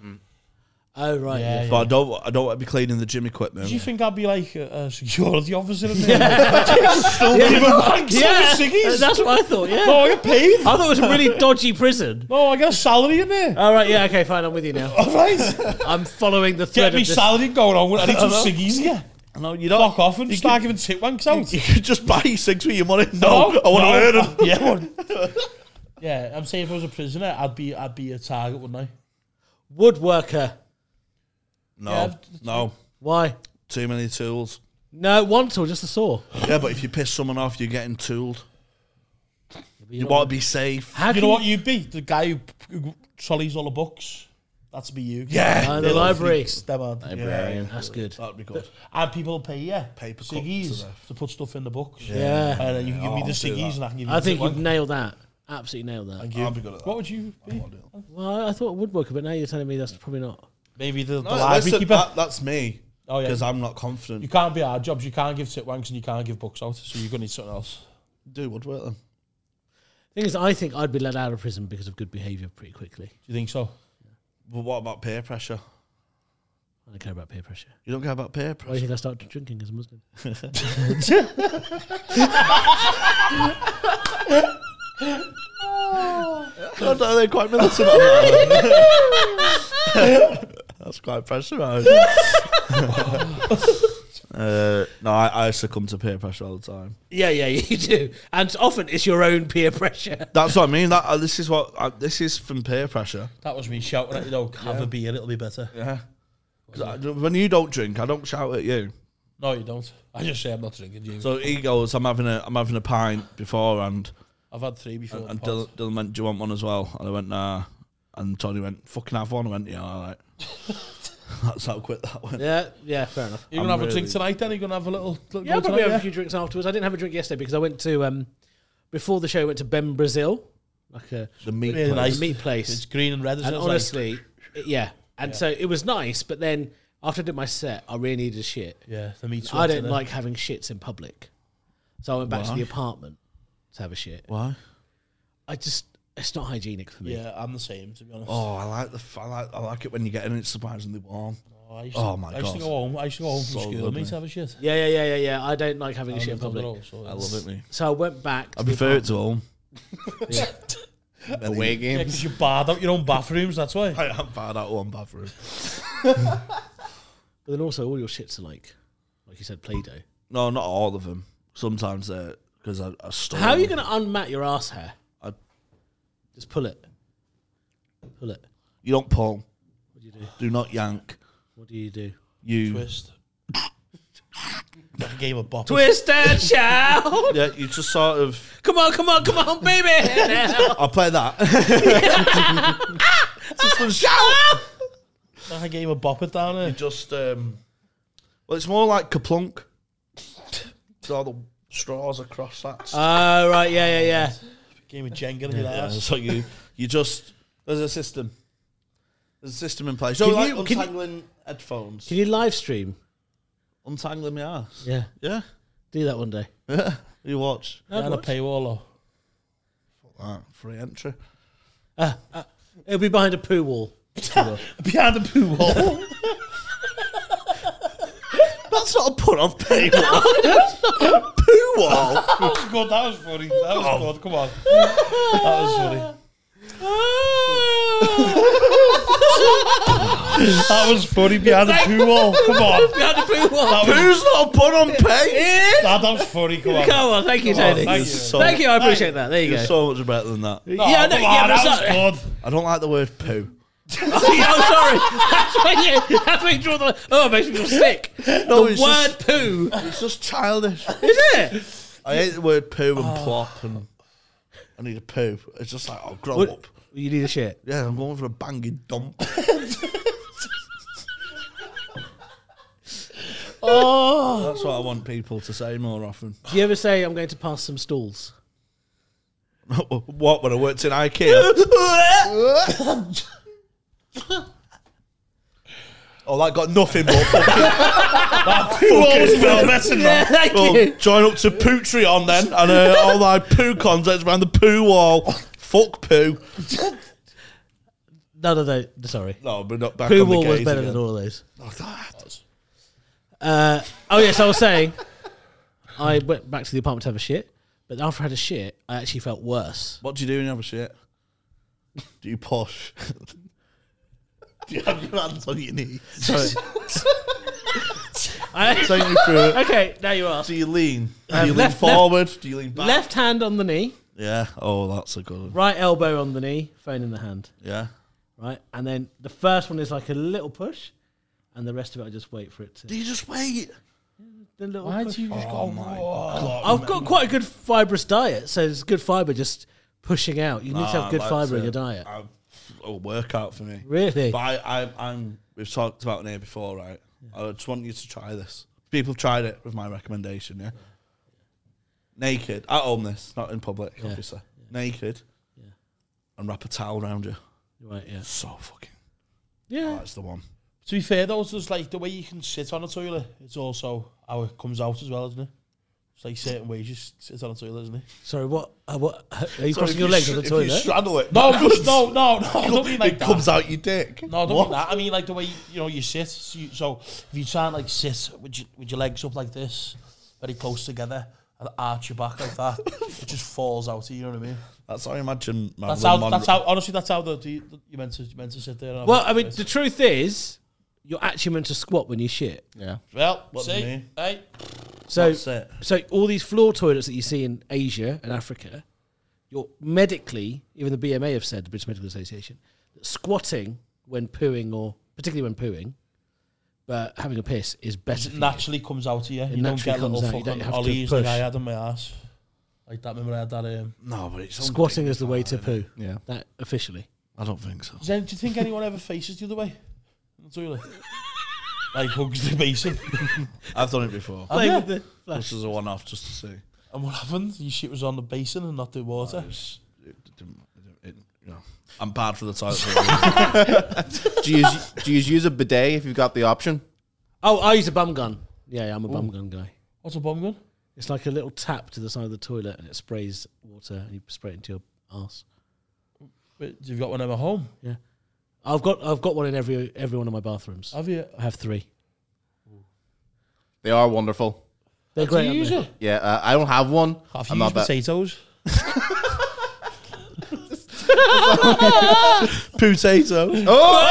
C: Oh right.
B: Yeah,
C: Yeah.
B: yeah.
A: But I don't, I don't want to be cleaning the gym equipment.
B: Do you think I'd be like a, a security officer? In there? Still giving bags full
C: Yeah,
B: of ciggies?
C: that's what I thought. Yeah,
B: No, I get paid.
C: I thought it was a really dodgy prison.
B: No, I get a salary in there.
C: All right, yeah, okay, fine. I'm with you now.
B: All right,
C: I'm following the thread
B: get me
C: of this.
B: salary going on. I need some ciggies here.
A: no, you don't.
B: Knock off and start giving tit wanks out.
A: You could just buy six with your money. No, Oh, I want to
B: no.
A: earn them.
B: Yeah, well, yeah. I'm saying if I was a prisoner, I'd be I'd be a target, wouldn't I?
C: Woodworker.
A: No,
B: Yeah, I've-
A: no,
C: Why?
A: too many tools.
C: No, one tool, just a saw.
A: Yeah, but if you piss someone off, you're getting tooled. You want to be safe.
C: How
B: You know what you'd be? The guy who, who trolleys all the books. That's be you.
A: Yeah,
C: Uh, the library.
B: Them out.
D: Librarian.
C: That's good.
B: Uh,
A: that'd be good.
B: And people pay yeah
A: Paper cut
B: ciggies
A: to
B: to, put stuff in the books.
C: Yeah.
B: And then you can give me
A: I'll
B: the
A: do
B: ciggies
A: that.
B: and I can give you
C: I
B: the
C: think
B: tit
C: you've
B: wank.
C: nailed that. Absolutely nailed that.
A: I'd be good at that.
B: What would you be?
C: Well, I thought woodworker, but now you're telling me that's probably not.
B: Maybe the, the
A: No,
B: library
A: listen,
B: keeper.
A: that, that's me.
B: Oh, yeah.
A: Because I'm not
B: you
A: confident.
B: can't be our jobs. You can't give tit wanks and you can't give books out. So you're gonna need something else.
A: Do woodwork them.
C: Thing is, I think I'd be let out of prison because of good behaviour pretty quickly.
B: Do you think so?
A: But what about peer pressure?
C: I don't care about peer pressure.
A: You don't care about peer
B: Oh,
C: Why do
A: pressure.
C: you think I started drinking as a Muslim?
A: God, no, they're quite militant. on that one. That's quite pressurised. uh, no, I, I succumb to peer pressure all the time.
C: Yeah, yeah, you do. And often it's your own peer pressure.
A: That's what I mean. That uh, this is what uh, this is from peer pressure.
B: That was me shouting at you though. Have a beer, it'll be better.
A: Yeah. 'Cause I- when you don't drink, I don't shout at you.
B: No, you don't. I just say I'm not drinking. Jamie.
A: So he goes, "I'm having a, I'm having a pint beforehand."
B: I've had three
C: Oh,
B: before.
A: And
B: the pod.
A: Dylan, Dylan went, "Do you want one as well?" And I went, "Nah." And Tony went, "Fucking have one." I went, "Yeah, all right." That's how quick that went.
C: Yeah, yeah, fair enough.
B: you gonna
A: I'm
B: have a drink
A: really-
B: tonight? Then you gonna have a little. little
C: Yeah, I'll
B: go
C: probably have a
B: tonight,
C: few drinks afterwards. I didn't have a drink yesterday because I went to um before the show. I went to Ben Brazil, like a
A: The meat.
B: Really
A: plate.
B: nice.
C: meat place.
B: It's green and red. isn't
C: and
B: it? It's
C: honestly, it- yeah. And so it was nice, but then after I did my set, I really needed shit.
B: like, yeah, the meat's.
C: I
B: wet,
C: don't
B: innit?
C: like having shits in public, so I went back to the apartment to have a shit.
A: Why?
C: I just it's not hygienic for me.
B: Yeah, I'm the same to be honest.
A: Oh, I like the f- I like I like it when you get in. and It's surprisingly warm.
B: Oh, I used
A: Oh
B: to,
A: my
B: I used to
A: God.
B: go home. I used to go home from
A: So
B: school
A: good,
B: and me
A: mate.
B: to have a shit.
C: Yeah, yeah, yeah, yeah, yeah. I don't like having a shit in public.
B: So
A: I love it, mate.
C: So I went back. to
A: I
C: the
A: prefer it to home.
D: Away
B: Yeah,
D: games.
B: because you're barred out your own bathrooms. That's why.
A: I am bad at one bathroom.
C: But then also, all your shits are like, like you said, Play Doh.
A: No, not all of them. Sometimes they're because I, I stole.
C: How are you
A: them.
C: going to unmat your ass hair?
A: I-
C: Just pull it. Pull it.
A: You don't pull.
C: What do you do?
A: Do not yank.
C: What do you do?
A: You.
B: Twist. like a game of bop.
C: Twist and shout!
A: Yeah, you just sort of.
C: come on, come on, come on, baby!
A: I'll play that.
B: Like a game of bop it down there.
A: just um. Well, it's more like kaplunk. It's all the straws across that.
C: Oh, right, yeah, yeah, yeah.
B: Game of Jenga in your
A: Yeah,
B: ass.
A: so you you just there's a system. There's a system in place.
C: Can
A: So like
C: you- can you-
A: untangling headphones,
C: Can you live stream?
A: untangling my ass.
C: Yeah.
A: Yeah,
C: Do that one day.
A: you watch.
B: And a paywall. Or.
A: Alright, free entry.
C: It'll be behind a poo wall.
B: Behind the poo wall.
A: That's not a put off paywall. Poo wall.
B: that was good. That was funny. That was good. Come on. That was funny. that was funny. Behind the poo wall. Come on.
C: behind a poo wall.
B: That was,
A: Poo's not a put on pay.
B: that, that was funny. Come on.
C: Come on, thank you, Tony.
B: thank
A: You're
B: you.
A: so,
C: Thank you, I appreciate that. There you
A: You're
C: go.
A: so much better than that.
B: Oh,
C: yeah, I know,
B: come
C: yeah,
B: on,
C: but it's not-
B: that was good.
A: I don't like the word poo.
C: I'm sorry. That's when you, that's when you draw the. Oh, it makes me feel sick.
A: No,
C: the
A: it's
C: word
A: just-
C: poo,
A: It's just childish.
C: is it?
A: I hate the word poo and plop and I need a poo. It's just like I'll grow up.
C: You need a shit.
A: Yeah, I'm going for a banging dump.
C: Oh.
A: That's what I want people to say more often.
C: Do you ever say I'm going to pass some stools?
A: what when I worked in IKEA? oh, that got nothing more fucking. that fucking well better than
C: Yeah,
A: that.
C: thank
A: Well,
C: you.
A: join up to Pootreon then, and uh, all my poo contents around the poo wall. Fuck poo.
C: None of those. Sorry.
A: No, we're not back
C: Poo
A: on the
C: wall was
A: gays
C: better
A: again.
C: than all of those.
A: Oh, that.
C: Uh, oh yes, I was saying, I went back to the apartment to have a shit, but after I had a shit, I actually felt worse.
A: What do you do when you have a shit? Do you push? do you have your hands on your knees? Sorry,
C: I,
A: take me through it.
C: okay, now you ask.
A: Do you lean? Do
C: Um,
A: you lean
C: left- left-
A: forward? Do you lean back?
C: Left hand on the knee,
A: Yeah. Oh, that's a good one.
C: right elbow on the knee, phone in the hand.
A: Yeah.
C: Right, and then the first one is like a little push, and the rest of it I just wait for it to.
A: Do you just wait?
C: The little
B: Why
C: push.
B: do you just
A: Oh
D: Oh,
B: go, "Whoa."
C: I've got quite a good fibrous diet, so it's good fiber just pushing out. You need to
A: Ah,
C: have good
A: that's
C: fiber in
A: a-
C: your diet.
A: a- A workout for me.
C: Really?
A: But I, I, I'm. We've talked about it here before, right? I just want you to try this. People have tried it with my recommendation. Yeah. Naked at home. This not in public, obviously. Naked.
C: Yeah.
A: And wrap a towel around you.
C: Right, yeah.
A: So fucking.
C: Yeah.
A: That's the one.
B: To be fair, though, it's just like the way you can sit on a toilet. It's also how it comes out as well, isn't it? It's like certain ways you s- sit on a toilet, isn't it?
C: Sorry, what? Uh, what are you
A: So
C: crossing
A: if
C: your
A: you
C: legs
A: str-
C: on the
A: if
C: toilet?
A: You straddle it.
B: No, no, no, no. I don't mean like
A: it
B: that.
A: comes out your dick.
B: No, I don't
A: What?
B: mean that. I mean like the way you know you sit. So, you, so if you try and like sit with your, with your legs up like this, very close together, and arch your back like that, it just falls out. You know what I mean?
A: That's how I imagine. Marilyn
B: That's how.
A: Monroe-
B: That's how. Honestly, that's how the, the you meant to you meant to sit there. and have
C: well,
B: a
C: I mean,
B: piss.
C: the truth is, you're actually meant to squat when you shit.
D: Yeah.
B: well,
A: What do you
B: see,
A: mean?
B: hey,
C: So,
A: That's it.
C: so all these floor toilets that you see in Asia and Africa, you're medically, even the BMA have said, the British Medical Association, that squatting when pooing or particularly when pooing, but having a piss is better.
B: it
C: For you.
B: naturally comes out to you. You don't
C: naturally
B: get little
C: comes out, you don't
B: fucking
C: have to
B: ollies like
C: push.
B: I had on my ass. Like that. Remember I had that. Um,
A: No, but it's
C: Squatting is the way to poo.
D: Yeah.
C: That officially.
A: I don't think so.
B: Does any, do you think anyone ever faces the other way? In the toilet? like hugs the basin.
A: I've done it before.
C: Play
B: yeah.
C: with the
A: This
C: flash.
A: is a one-off just to see.
B: and what happened? Your shit was on the basin and not the water.
A: It's- It, didn't- it, it, you know, I'm bad for the toilet. for a reason.
D: Do you use, do you use a bidet if you've got the option?
C: Oh, I use a bum gun. Yeah, yeah I'm a bum gun guy.
B: What's a bomb gun?
C: It's like a little tap to the side of the toilet, and it sprays water, and you spray it into your ass.
B: Wait, you've got one at home.
C: Yeah. I've got I've got one in every every one of my bathrooms.
B: Have you?
C: I have three.
D: They are wonderful.
C: They're
B: Do
C: great.
B: you
C: aren't
B: use
C: they?
B: it?
D: Yeah, uh, I don't have one.
B: Have you used
D: I'm not that.
B: potatoes?
A: Potato.
D: Oh!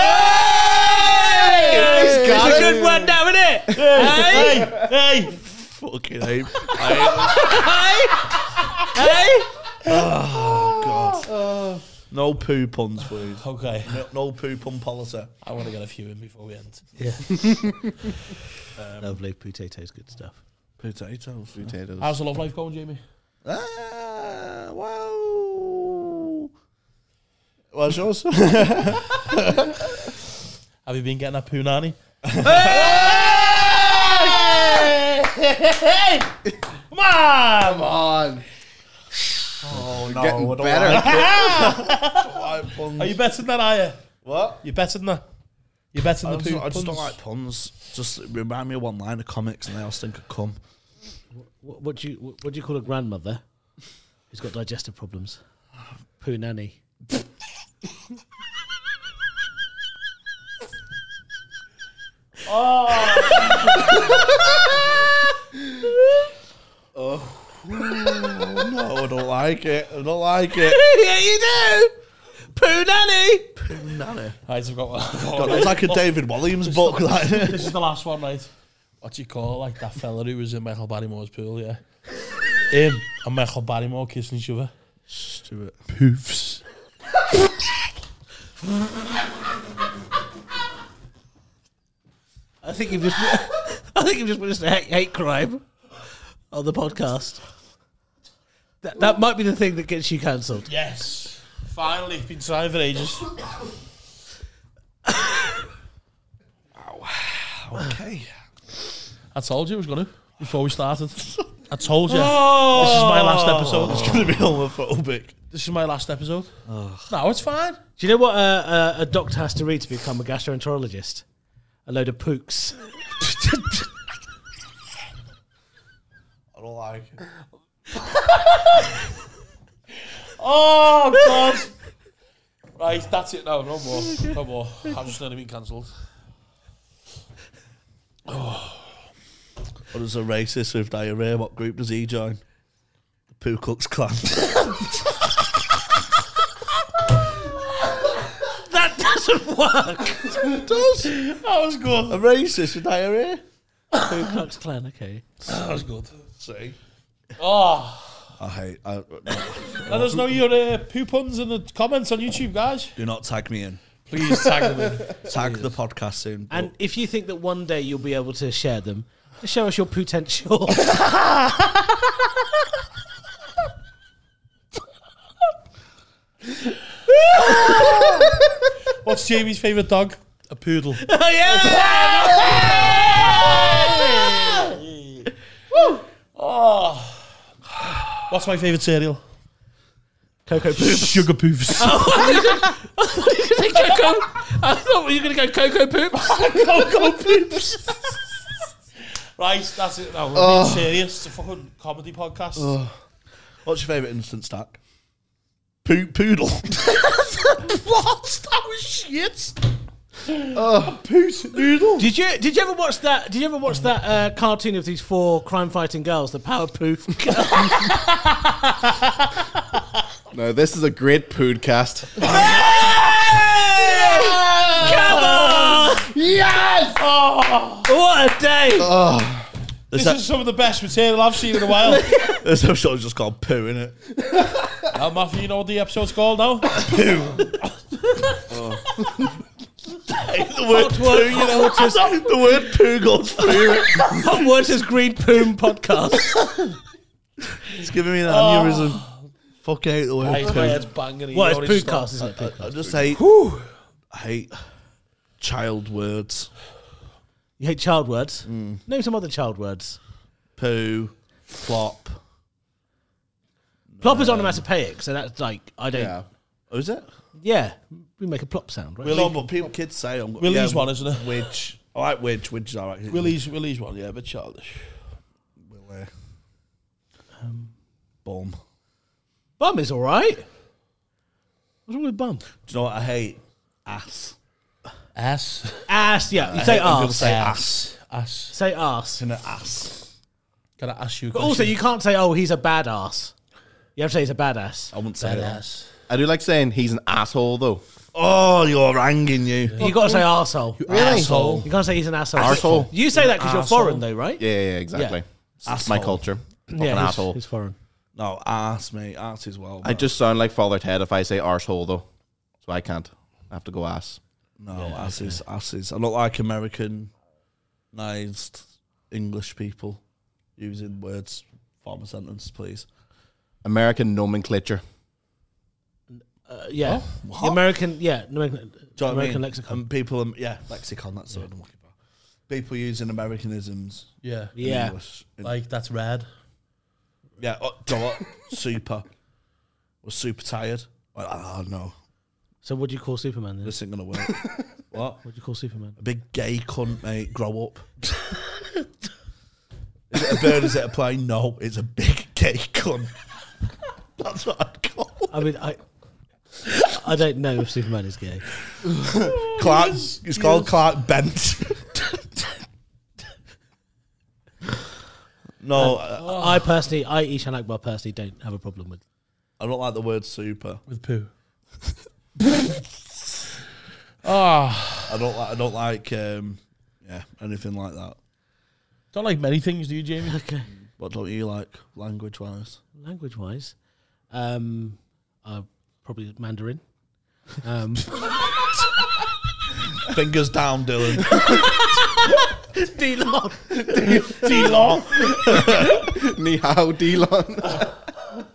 D: He's got it.
C: one now, isn't it?
B: Hey, hey,
A: Fucking hate.
C: hey?
A: Oh, No poo puns, please.
B: Okay,
A: No, no poo pun policy.
B: I want to get a few in before we end.
C: Lovely potatoes, good stuff.
A: Potatoes.
D: Potatoes.
B: How's the love life going, Jamie?
A: Ah, wow. What's yours?
B: Have you been getting that punani?
D: Come on! Come on.
A: Oh,
D: Getting better.
B: Are you better than that? Are you?
A: What?
B: You're better than that. You're better
A: I
B: than the
A: just,
B: poo
A: I just don't
B: puns.
A: like puns. Just remind me of one line of comics and they all stink of cum.
C: What, what do you what, what do you call a grandmother who's got digestive problems? Poo nanny.
A: No, I don't like it. I don't like it.
C: yeah, you do. Poo nanny.
A: Nanny.
B: Right, I've got one. I've got one.
A: God, that's like a David Williams book. Like.
B: This is the last one, right? What do you call like that fella who was in Michael Barrymore's pool? Yeah, him and Michael Barrymore kissing each other.
A: Stuart.
B: Poofs.
C: I think you've just I think you've just witnessed a hate, hate crime on the podcast. That, that might be the thing that gets you cancelled.
B: Yes, finally, been trying for ages.
A: Okay.
B: I told you it was gonna before we started. I told you this
C: Oh!
B: is my last episode.
A: It's going to be homophobic.
B: This is my last episode. No, it's fine.
C: Do you know what a, a, a doctor has to read to become a gastroenterologist? A load of pooks.
A: I don't like it.
B: Oh God! right, that's it now. No more. No more. I've just nearly been cancelled.
A: What is a racist with diarrhea? What group does he join? The Poo Klux Klan.
C: That doesn't work.
A: does. That was good. A racist with diarrhea.
C: Ku Klux Klan, okay.
B: That was good.
A: See?
B: Oh.
A: I hate. I,
B: Let us know your uh, poo puns in the comments on YouTube, guys.
A: do not tag me in.
B: Please tag them.
A: Tag the podcast soon.
C: And if you think that one day you'll be able to share them, just show us your potential.
B: What's Jamie's favourite dog? A poodle. Oh. What's my favourite cereal?
C: Cocoa poop.
B: Sugar poofs.
C: Cocoa. I thought you were going to go cocoa poop.
B: Cocoa poofs. right, that's it now. We're being serious. It's a fucking comedy podcast.
A: What's your favourite instant stack? Poo poodle.
B: What? That was shit.
A: Poo noodle.
C: Did you did you ever watch that? Did you ever watch that uh, cartoon of these four crime fighting girls, the Power Poof?
D: No, this is a great podcast.
C: Oh, what a day!
B: This is some of the best material I've seen in a while.
A: This episode's just called poo, innit?
B: now, Matthew, you know what the episode's called now?
A: The word poo, you know. the word poo goes through it.
C: Hot Waters Green Poom podcast.
A: It's giving me an aneurysm. Fuck, I hate the word
B: Right,
A: poo.
B: my head's banging. You
C: What
B: know
C: is
B: it's
C: Poocast? Isn't it?
A: I just hate. I hate child words.
C: You hate child words. Name some other child words.
A: Poo, flop.
C: Plop is onomatopoeic, so that's like I don't. Yeah,
D: Yeah.
A: Oh, is it?
C: we make a plop sound, right?
A: No, but people kids say I'm
B: Willie's one, isn't it?
A: Widge. I like Widge. Widge is alright.
B: Willie's, Willie's one, yeah, a bit childish.
A: Willie. Um, bum.
C: Bum is all right. What's wrong with bum?
A: Do you know what I hate? Ass.
B: Ass.
C: Ass, yeah. You say
B: People
C: ass.
B: say ass. Ass.
C: Say ass.
A: an ass.
B: Can I ask you a
C: But
B: question?
C: also, you can't say, oh, he's a badass. You have to say he's a badass.
A: I wouldn't say
B: Dead
A: that.
B: ass.
D: I do like saying he's an asshole though.
A: Oh, you're hanging you.
C: you got to say arsehole. You
B: Asshole.
C: can't say he's an asshole.
D: Arsehole.
C: You say that because you're
B: Arsehole.
C: foreign, though, right?
D: Yeah, yeah, yeah, exactly. That's my
A: Asshole.
D: culture. Fucking
C: he's,
D: asshole.
C: he's foreign.
A: No, ass, mate. Ass as well.
D: I just sound like Father Ted if I say arsehole though. So I can't. I have to go ass.
A: No, asses, asses. I look like Americanized English people using words. Form a sentence, please.
D: American nomenclature.
C: Uh, yeah. The American, yeah. American,
A: Oh, Do you know what I mean?
C: American lexicon.
A: And people, um, yeah, lexicon. That's the word I'm looking for. People using Americanisms.
B: Yeah.
A: in
C: Yeah.
A: English. In-
B: Like, that's rad.
A: yeah. Oh, do you know what? super. Was super tired. Well, oh no,
C: So, what do you call Superman then?
A: this ain't gonna work. what?
C: What do you call Superman?
A: A big gay cunt, mate. Grow up. is it a bird? Is it a plane? No, it's a big gay cunt. That's what I'd call. it.
C: I mean, I. I don't know if Superman is gay.
A: Clark. It's called Clark Bent. no, I,
C: I personally, I Ishan Akbar personally don't have a problem with.
A: I don't like the word super.
B: With poo. Ah.
A: I don't like. I don't like. Um, yeah, anything like that.
B: don't like many things, do you, Jamie?
C: Okay.
A: What don't you like language wise?
C: Language wise, um, uh, probably Mandarin. Um,
A: Fingers down, Dylan.
C: Elon.
A: D-Long.
D: Ni hao Delon.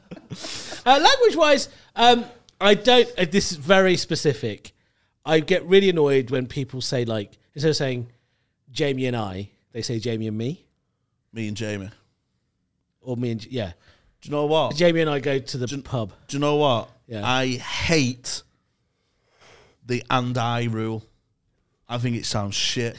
C: Uh, language wise, um, I don't. Uh, this is very specific. I get really annoyed when people say like instead of saying Jamie and I, they say Jamie and me
A: Me and Jamie.
C: or me and J- yeah.
A: Do you know what?
C: Jamie and I go to the pub.
A: Do you know what?
C: Yeah.
A: I hate the and I rule. I think it sounds shit.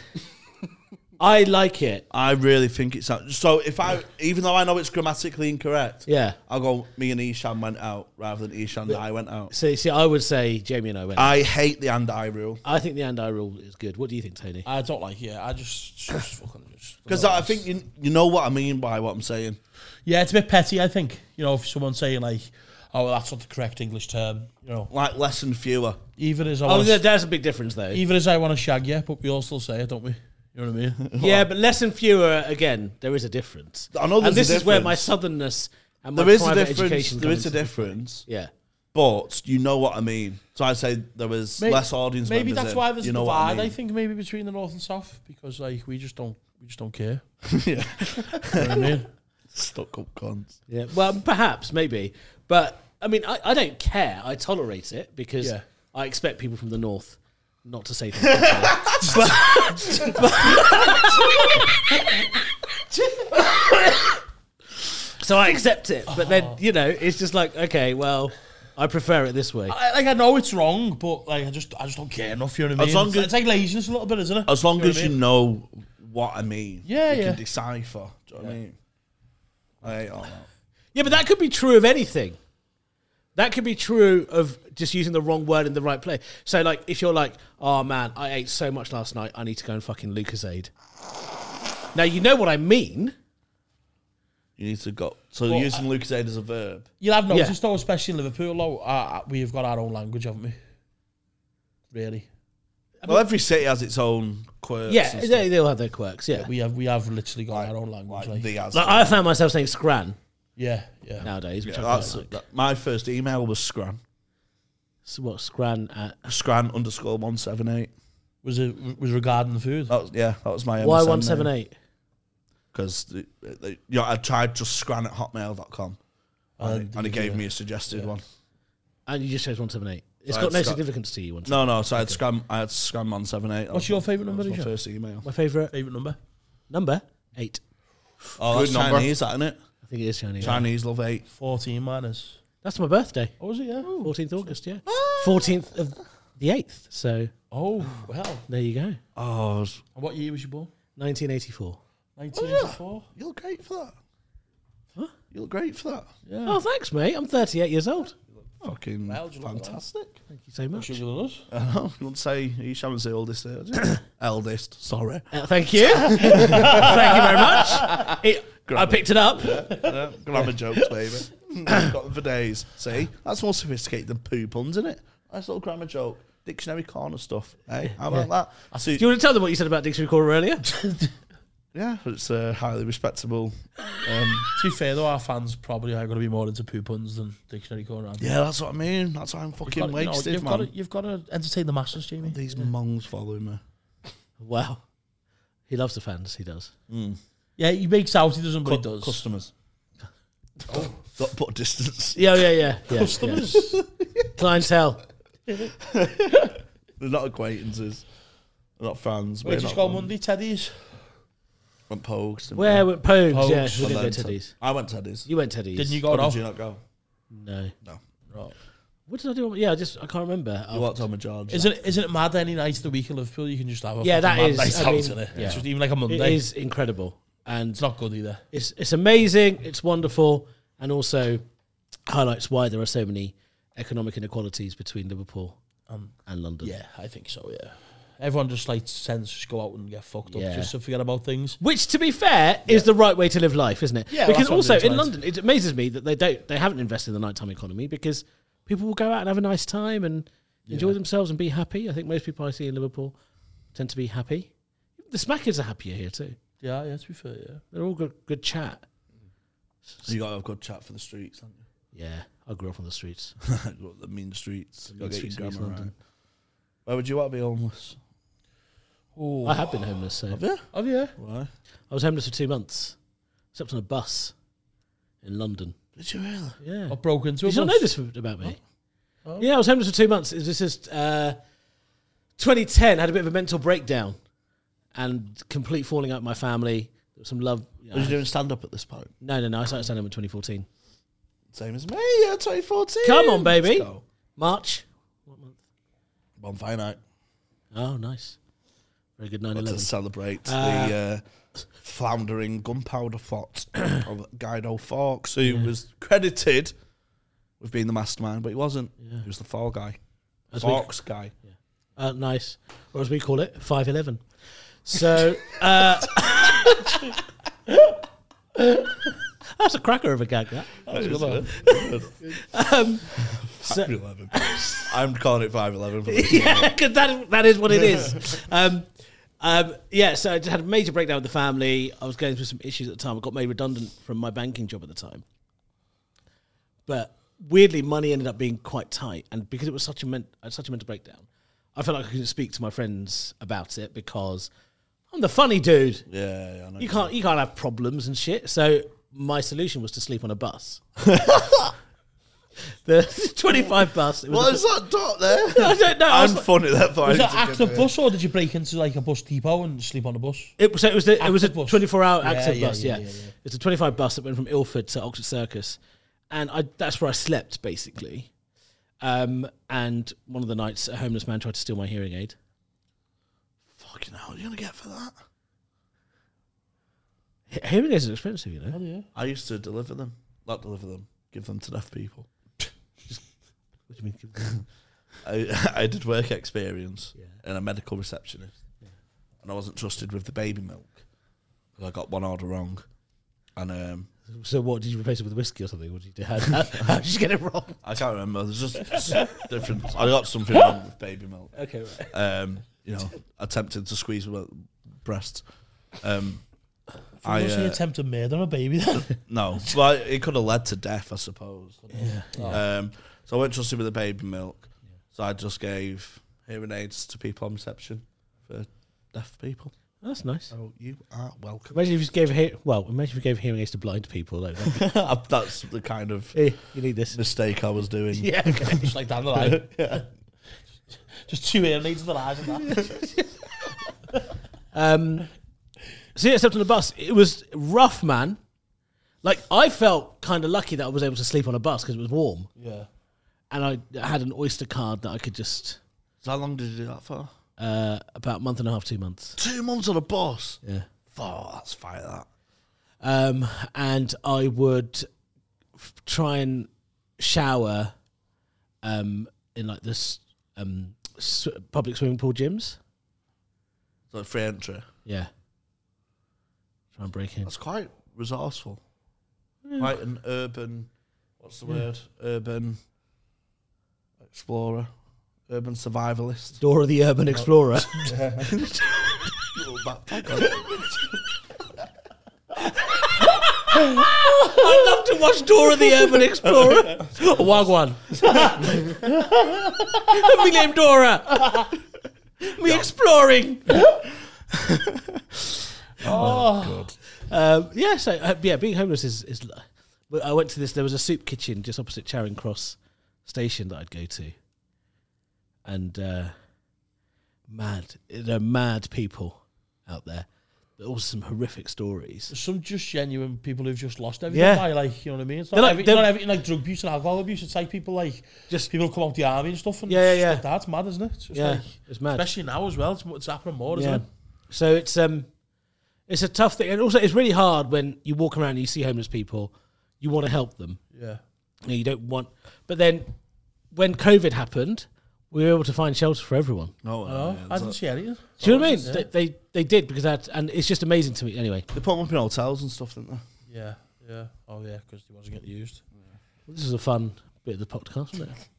C: I like it.
A: I really think it sounds so. If I, even though I know it's grammatically incorrect,
C: Yeah.
A: I'll go. Me and Ishan went out rather than Ishan and I went out.
C: So you see, I would say Jamie and I went.
A: I hate the and I rule
C: I think the and I rule is good. What do you think, Tony?
B: I don't like Yeah, I just, just fucking just.
A: because I think you you know what I mean by what I'm saying.
B: Yeah, it's a bit petty, I think. You know, if someone's saying, like, oh, that's not the correct English term, you know,
A: Like less and fewer.
B: even as I
C: Oh,
B: want to
C: there- there's a big difference though.
B: even as I want to shag you, but we all still say it, don't we? You know what I mean?
C: Yeah, but less and fewer. Again, there is a difference.
A: I know
C: and
A: there's
C: this
A: a
C: is where my
A: difference.
C: southernness and my
A: There is a
C: private
A: difference.
C: education.
A: There
C: comes
A: is a
C: into-
A: difference.
C: Yeah.
A: but you know what I mean. So I say there was
B: May-
A: less audience.
B: Maybe
A: members
B: that's
A: in.
B: why there's
A: you
B: a
A: know
B: divide.
A: what
B: I,
A: I mean?
B: think maybe between the north and south because like we just don't we just don't care. yeah, you know what I mean.
A: stuck up cons.
C: Yeah. Well, perhaps, maybe. But I mean, I, I don't care. I tolerate it because
B: Yeah.
C: I expect people from the north not to say things. like that. But- so I accept it. But then, you know, it's just like, okay, well, I prefer it this way.
B: I, like I know it's wrong, but like I just I just don't care enough. You know what I
A: As
B: mean?
A: long
B: it's,
A: as-
B: it's like laziness a little bit, isn't it?
A: As long
B: know
A: as
B: what I
A: you
B: mean?
A: know what I mean,
B: Yeah,
A: you
B: yeah.
A: can decipher. Do you know what I mean? I hate all that.
C: Yeah, but that could be true of anything. That could be true of just using the wrong word in the right place. So, like, if you're like, "Oh man, I ate so much last night. I need to go and fucking Lucasade." Now you know what I mean.
A: You need to go. So using Lucas Aid as a verb.
B: You'll have
C: Yeah.
B: noticed though, especially in Liverpool, though, uh, uh, we've got our own language, haven't we? Really,
A: Well, every city has its own quirks.
C: Yeah,
A: and stuff.
C: they, they'll have their quirks. Yeah,
B: we have we have literally got our own language.
A: like,
B: Like,
A: the as.
C: like I found myself saying "scran"
B: yeah, yeah.
C: nowadays, which
A: Yeah,
C: I quite
A: that's-
C: like.
A: that- my first email was scran.
C: So what "scran" at?
A: Scran underscore one seven eight.
B: Was it was regarding the food?
A: That was, yeah, that was my
C: Why one seven eight?
A: Because the, the, you know, I tried just scran at hotmail.com and, and it gave me a suggested one.
C: And you just chose one seven eight. It's
A: So
C: got
A: it's
C: no
A: got-
C: significance to you. One
A: No, no. So I had scram. I had scram one seven eight.
B: What's your favourite number,
A: My
B: Richard?
A: first email.
C: my favorite
B: Favorite number?
C: number eight.
A: Oh, that's
D: Good number.
A: Chinese, that, isn't it?
C: I think it is Chinese.
A: Chinese love eight.
B: Fourteen minus.
C: That's my birthday.
B: Oh, was it? Yeah.
C: Fourteenth August, yeah.
A: Ah.
C: Fourteenth of the eighth. So
B: Oh well.
C: there you go.
A: Oh,
B: And what year was you born?
C: Nineteen eighty four.
B: Nineteen eighty four.
A: you look great for that. You look great for that.
C: Oh, thanks, mate. I'm thirty eight years old.
A: Fucking
B: Well, do you look
A: fantastic.
C: Thank you so much.
B: Sugar than us.
A: I don't know, you wouldn't say you haven't say oldest, uh, eldest. Sorry.
C: Uh, thank you. thank you very much. It, I picked it up.
A: Uh, grammar jokes, baby. Got them for days. See, that's more sophisticated than poo puns, isn't it? Nice little grammar joke, dictionary corner stuff. Hey, how about that? So,
C: Do you want to tell them what you said about Dixie Recorder earlier?
A: yeah, it's a highly respectable.
B: To be fair though, our fans probably are going to be more into poo puns than dictionary corner. aren't they?
A: Yeah, that's what I mean. That's why I'm fucking
B: You've got-
A: wasted,
B: you know, you've
A: man.
B: got to, you've got to entertain the masses, Jamie.
A: These mongs following me.
C: wow. He loves the fans, he does.
B: Yeah, he makes out he doesn't, but he
A: Cu-
B: does.
A: Customers. Oh, got put distance.
C: Yeah, yeah, yeah. yeah
B: Customers.
C: yeah. Clientele.
A: They're not acquaintances. They're not fans.
B: Wait,
A: We're not
B: just go
A: fans.
B: Monday, Teddy's.
A: Went Pogues. didn't
C: Where
A: we?
C: were Pogues?
B: Pogues.
C: Yeah, we did go
A: Went
C: Teddy's.
A: I went Teddy's.
C: You went Teddy's.
B: Didn't you
A: Or
B: go?
A: did
B: No.
A: you not go?
C: No.
A: No.
C: What did I do? on- Yeah, I just I can't remember.
A: You walked on with George.
B: Isn't it, isn't it mad that any night of the week in Liverpool you can just have a fucking
C: Yeah, that
B: mad
C: is-
B: night
C: I
B: out,
C: mean,
B: isn't it?
C: yeah.
B: It's just even like a
C: It
B: Monday.
C: is incredible, and
B: It's not good either.
C: it's it's amazing. It's wonderful, and also highlights why there are so many economic inequalities between Liverpool and London.
B: Um, Yeah, I think so. Yeah, everyone just like tends to just go out and get fucked
C: Yeah.
B: up just to forget about things.
C: Which, to be fair, is the right way to live life, isn't it?
B: Yeah, well,
C: because
B: that's what
C: also
B: I'm doing
C: in
B: tonight.
C: London, it amazes me that they don't they haven't invested in the nighttime economy because people will go out and have a nice time and enjoy themselves and be happy. I think most people I see in Liverpool tend to be happy. The smackers are happier here too.
B: Yeah, yeah. To be fair, yeah.
C: They're all good, good chat.
A: You got to have good chat for the streets, haven't you?
C: Yeah, I grew up on the streets.
A: Go up the mean streets.
C: mean
A: Gotta get your
C: streets of East
A: grammar
C: London.
A: right. Where would you want to be homeless?
B: Oh,
C: I have been homeless. So
B: oh yeah.
A: Why?
C: I was homeless for two months. Slept on a bus in London.
A: Did you really?
C: Yeah.
B: I broke into. a
C: Did you not
B: bus.
C: know this about me? Yeah, I was homeless for two months. It was just uh, 2010. Had a bit of a mental breakdown and complete falling out with my family. There was some love.
A: Was you doing stand up at this point?
C: no, no, no. I started standing up in 2014.
A: Same as me. Yeah, 2014.
C: Come on, baby.
A: Let's go.
C: March.
A: Bonfire night.
C: Oh, nice. Very good.
A: But
C: 9/11.
A: to celebrate the uh, floundering gunpowder plot of Guido Fawkes, who was credited with being the mastermind, but he wasn't. He was the fall guy,
C: As we-
A: Fawkes guy.
C: Uh, nice. Or as we call it, 511. So. Uh, that's a cracker of a gag, that. Um, So-
A: eleven. I'm calling it five eleven.
C: yeah, 'cause that, that is what it is. Um, um, yeah, so I just had a major breakdown with the family. I was going through some issues at the time. I got made redundant from my banking job at the time. But weirdly, money ended up being quite tight. And because it was such a, men- I had such a mental breakdown, I felt like I couldn't speak to my friends about it because I'm the funny dude.
A: Yeah, yeah, I know.
C: You can't you can't have problems and shit. So my solution was to sleep on a bus. the 25 bus. It was
A: What is that dot there?
C: I don't know. I
A: I'm
C: was like-
A: funny that far.
B: Was it active bus or did you break into like a bus depot and sleep on a bus?
C: It was so it was the, it was a
B: Active bus.
C: twenty four hour
B: Yeah,
C: active
B: yeah,
C: bus. Yeah,
B: yeah, yeah, yeah.
C: it's a twenty five bus that went from Ilford to Oxford Circus, and I that's where I slept basically. Um, and one of the nights, a homeless man tried to steal my hearing aid.
A: Fucking hell, you're gonna get for that?
C: He- Hearing aids are expensive, you know.
A: I used to deliver them, not deliver them, give them to deaf people.
C: What do you mean?
A: I, I did work experience
C: Yeah.
A: and a medical receptionist, and I wasn't trusted with the baby milk 'cause I got one order wrong, and um,
C: So what? Did you replace it with whiskey or something? What did you do? How, how, how did you get it wrong?
A: I can't remember. There's just s- different. I got something wrong with baby milk.
C: Okay, right.
A: Um, you know, attempted to squeeze my breast. Um, I
B: was he
A: uh,
B: attempted murder on a baby?
A: no, well, it could have led to death, I suppose.
B: yeah.
A: Um, so I went trusted with the baby milk. So I just gave hearing aids to people on reception for deaf people.
C: That's nice.
A: So Oh, you are welcome.
C: Imagine if you gave he- well, imagine if you gave hearing aids to blind people. Like,
A: That's the kind of
C: hey, you need this.
A: mistake I was doing.
C: Yeah, okay.
B: just like down the line. Just two air needs in the eyes and that.
C: Um, so yeah, slept on a bus. It was rough, man. Like I felt kind of lucky that I was able to sleep on a bus because it was warm,
B: Yeah.
C: and I had an Oyster card that I could just
A: So how long did you do that for?
C: uh, about a month and a half, two months.
A: Two months on a bus.
C: Yeah.
A: Oh, that's fire that.
C: Um, and I would f- try and shower um, in like this um, s- public swimming pool gyms.
A: Like free entry.
C: Yeah. Try and break in.
A: That's quite resourceful. Quite an urban, what's the word? Urban explorer, urban survivalist.
C: Dora the Urban Explorer.
A: Little backpack on.
C: I'd love to watch Dora the Urban Explorer. Wagwan. Me named Dora. Me exploring. oh, Um, yeah, so uh, yeah, being homeless is. is l- but I went to this. There was a soup kitchen just opposite Charing Cross station that I'd go to, and uh, mad, there are mad people out there, but also some horrific stories.
B: There's some just genuine people who've just lost everything.
C: Yeah.
B: by, like you know what I mean. It's
C: They're
B: not,
C: like-
B: every,
C: they're-
B: not everything like drug abuse and alcohol abuse. It's like people like
C: Just-
B: just people who come out the army and stuff. And
C: Yeah, yeah,
B: it's just
C: yeah.
B: Like, That's mad, isn't it? It's just
C: Yeah,
B: like,
C: it's mad.
B: especially now as well. It's, mo- it's happening more, isn't
C: Yeah.
B: it?
C: So it's um, it's a tough thing, and also it's really hard when you walk around and you see homeless people, you want to help them.
B: Yeah,
C: You, know, you don't want, but then when COVID happened, we were able to find shelter for everyone.
A: No,
B: I,
C: Oh,
B: know.
A: Oh, yeah,
B: I
A: it's
B: didn't
A: like-
B: see anything.
C: Do you know what I mean?
B: Yeah.
A: Oh,
C: They, they they did because that, and it's just amazing to me. Anyway,
A: They put them up in hotels and stuff, didn't they?
B: Yeah, yeah. Oh yeah, because he wasn't getting used.
C: this is a fun bit of the podcast, isn't it?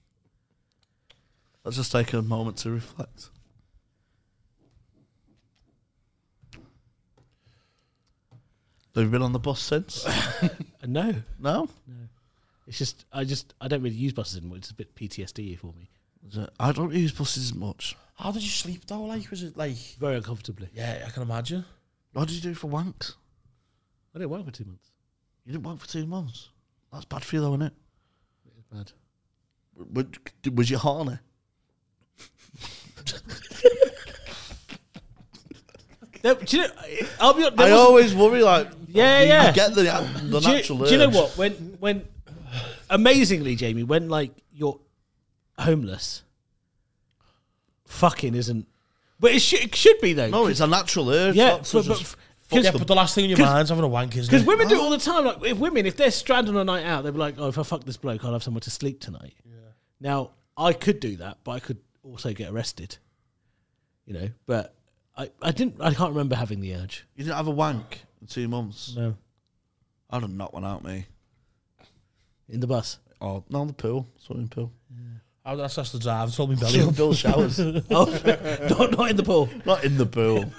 A: Let's just take a moment to reflect. Have you been on the bus since?
C: And no,
A: no.
C: it's just I just I don't really use buses anymore. It's a bit PTSD for me.
A: Is it- I don't use buses much.
B: How did you sleep though? Like, was it like?
C: Very uncomfortably.
B: Yeah, I can imagine.
A: What did you do for wanks?
C: I didn't work for two months.
A: You didn't work for two months. That's bad for you, though, isn't it?
C: It's bad.
A: W- w- Was you horny?
C: No, do you know? I'll be honest. there
A: I
C: wasn't-
A: always worry, like,
C: Yeah,
A: you,
C: yeah.
A: You get the, the
C: do you,
A: natural
C: do you know
A: urge.
C: what? When when amazingly, Jamie, when like you're homeless, fucking isn't. But it should, it should be though.
A: No, it's a natural urge.
C: yeah,
A: not to
C: but, but,
A: just-
B: Yeah,
C: because
B: but the last thing in your mind's having a wank, isn't it?
C: women do it all the time. Like if women, if they're stranded on a night out, they'd be like, "Oh, if I fuck this bloke, I'll have somewhere to sleep tonight." Now I could do that, but I could also get arrested. You know, but I, I didn't. I can't remember having the urge.
A: you didn't have a wank in two months.
C: No,
A: I'd have knocked one out, me.
C: in the bus.
A: Or, no, the pool, swimming pool.
B: Oh, that's that's the drive. It's all my belly.
A: Bill,
B: up.
A: Bill showers.
C: Oh, not not in the pool.
A: not in the pool.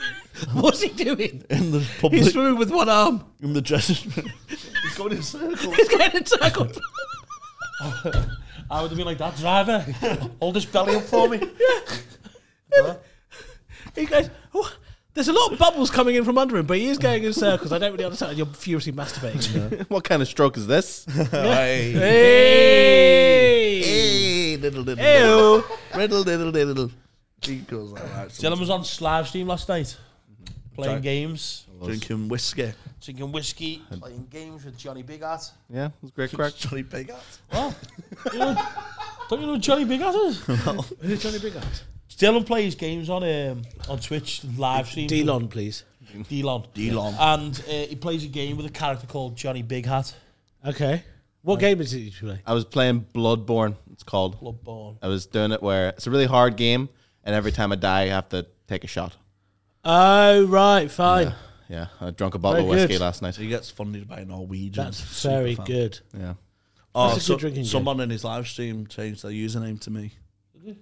C: What's he doing?
A: In the public.
C: He's swimming with one arm.
A: in the dressing room. He's going in circles.
C: He's going in circles.
B: I would have been like that driver. Hold this belly up for me.
C: He goes. "Oh, there's a lot of bubbles coming in from under him, but he is going in circles. I don't really understand. You're furiously masturbating.
D: What kind of stroke is this?
A: Hey.
C: Hey. oh.
A: Hey, diddle, diddle, diddle.
C: Ew.
A: Riddle, diddle, diddle. He goes like that.
B: Dylan was on live stream last night,
C: Mm-hmm.
B: playing games,
A: Drinking whiskey.
B: drinking whiskey, playing games with Johnny Big Hat.
D: Yeah, it's great crack.
A: Johnny Big Hat.
B: Oh. Don't you know who Johnny Big Hat is?
C: Who's Johnny Big Eyes?
B: Dylan plays games on um, on Twitch live stream.
C: Delon, please.
B: Delon.
A: Delon.
B: And uh, he plays a game with a character called Johnny Big Hat.
C: Okay. What game is it you play?
D: I was playing Bloodborne. It's called.
B: Bloodborne.
D: I was doing it where it's a really hard game, and every time I die, I have to take a shot.
C: Oh right, fine.
D: Yeah, I drunk a bottle
C: Very
D: of whiskey
C: good.
D: last night.
A: He gets funded by Norwegian.
C: That's very good.
D: Yeah,
A: Oh,
C: That's a good
A: so-
C: drinking game.
A: someone in his live stream changed their username to me.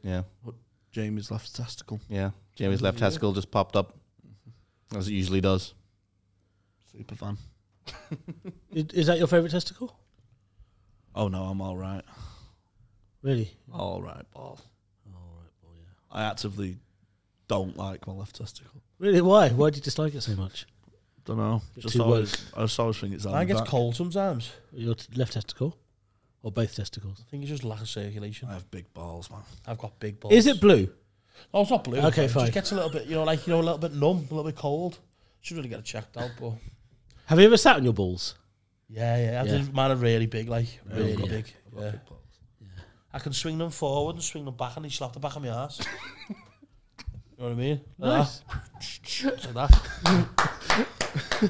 D: yeah,
A: Jamie's left testicle.
D: yeah. Jamie's left testicle just popped up, as it usually does.
A: Super fan.
C: I- Is that your favourite testicle?
A: Oh no, I'm all right.
C: Really?
A: All right, ball. All right, ball. Yeah. I actively don't like my left testicle.
C: Really? Why? Why do you dislike it so much?
A: Don't know. Just
C: too
A: always, I just always think it's.
B: Mine
A: That
B: gets cold sometimes.
C: Your t- left testicle, or both testicles?
B: I think it's just lack of circulation.
A: I have big balls, man.
B: I've got big balls.
C: Is it blue?
B: Oh, it's not blue.
C: Okay,
B: it
C: fine.
B: Just gets a little bit, you know, like you know, a little bit numb, a little bit cold. Should really get it checked out, but
C: Have you ever sat on your balls?
B: yeah, yeah. I
C: Yeah.
B: think mine are really big, like really
C: good.
B: big. Yeah. I can swing them forward and swing them back, and he slapped the back of my ass. you know what I mean?
C: Nice.
B: Like that. Like that.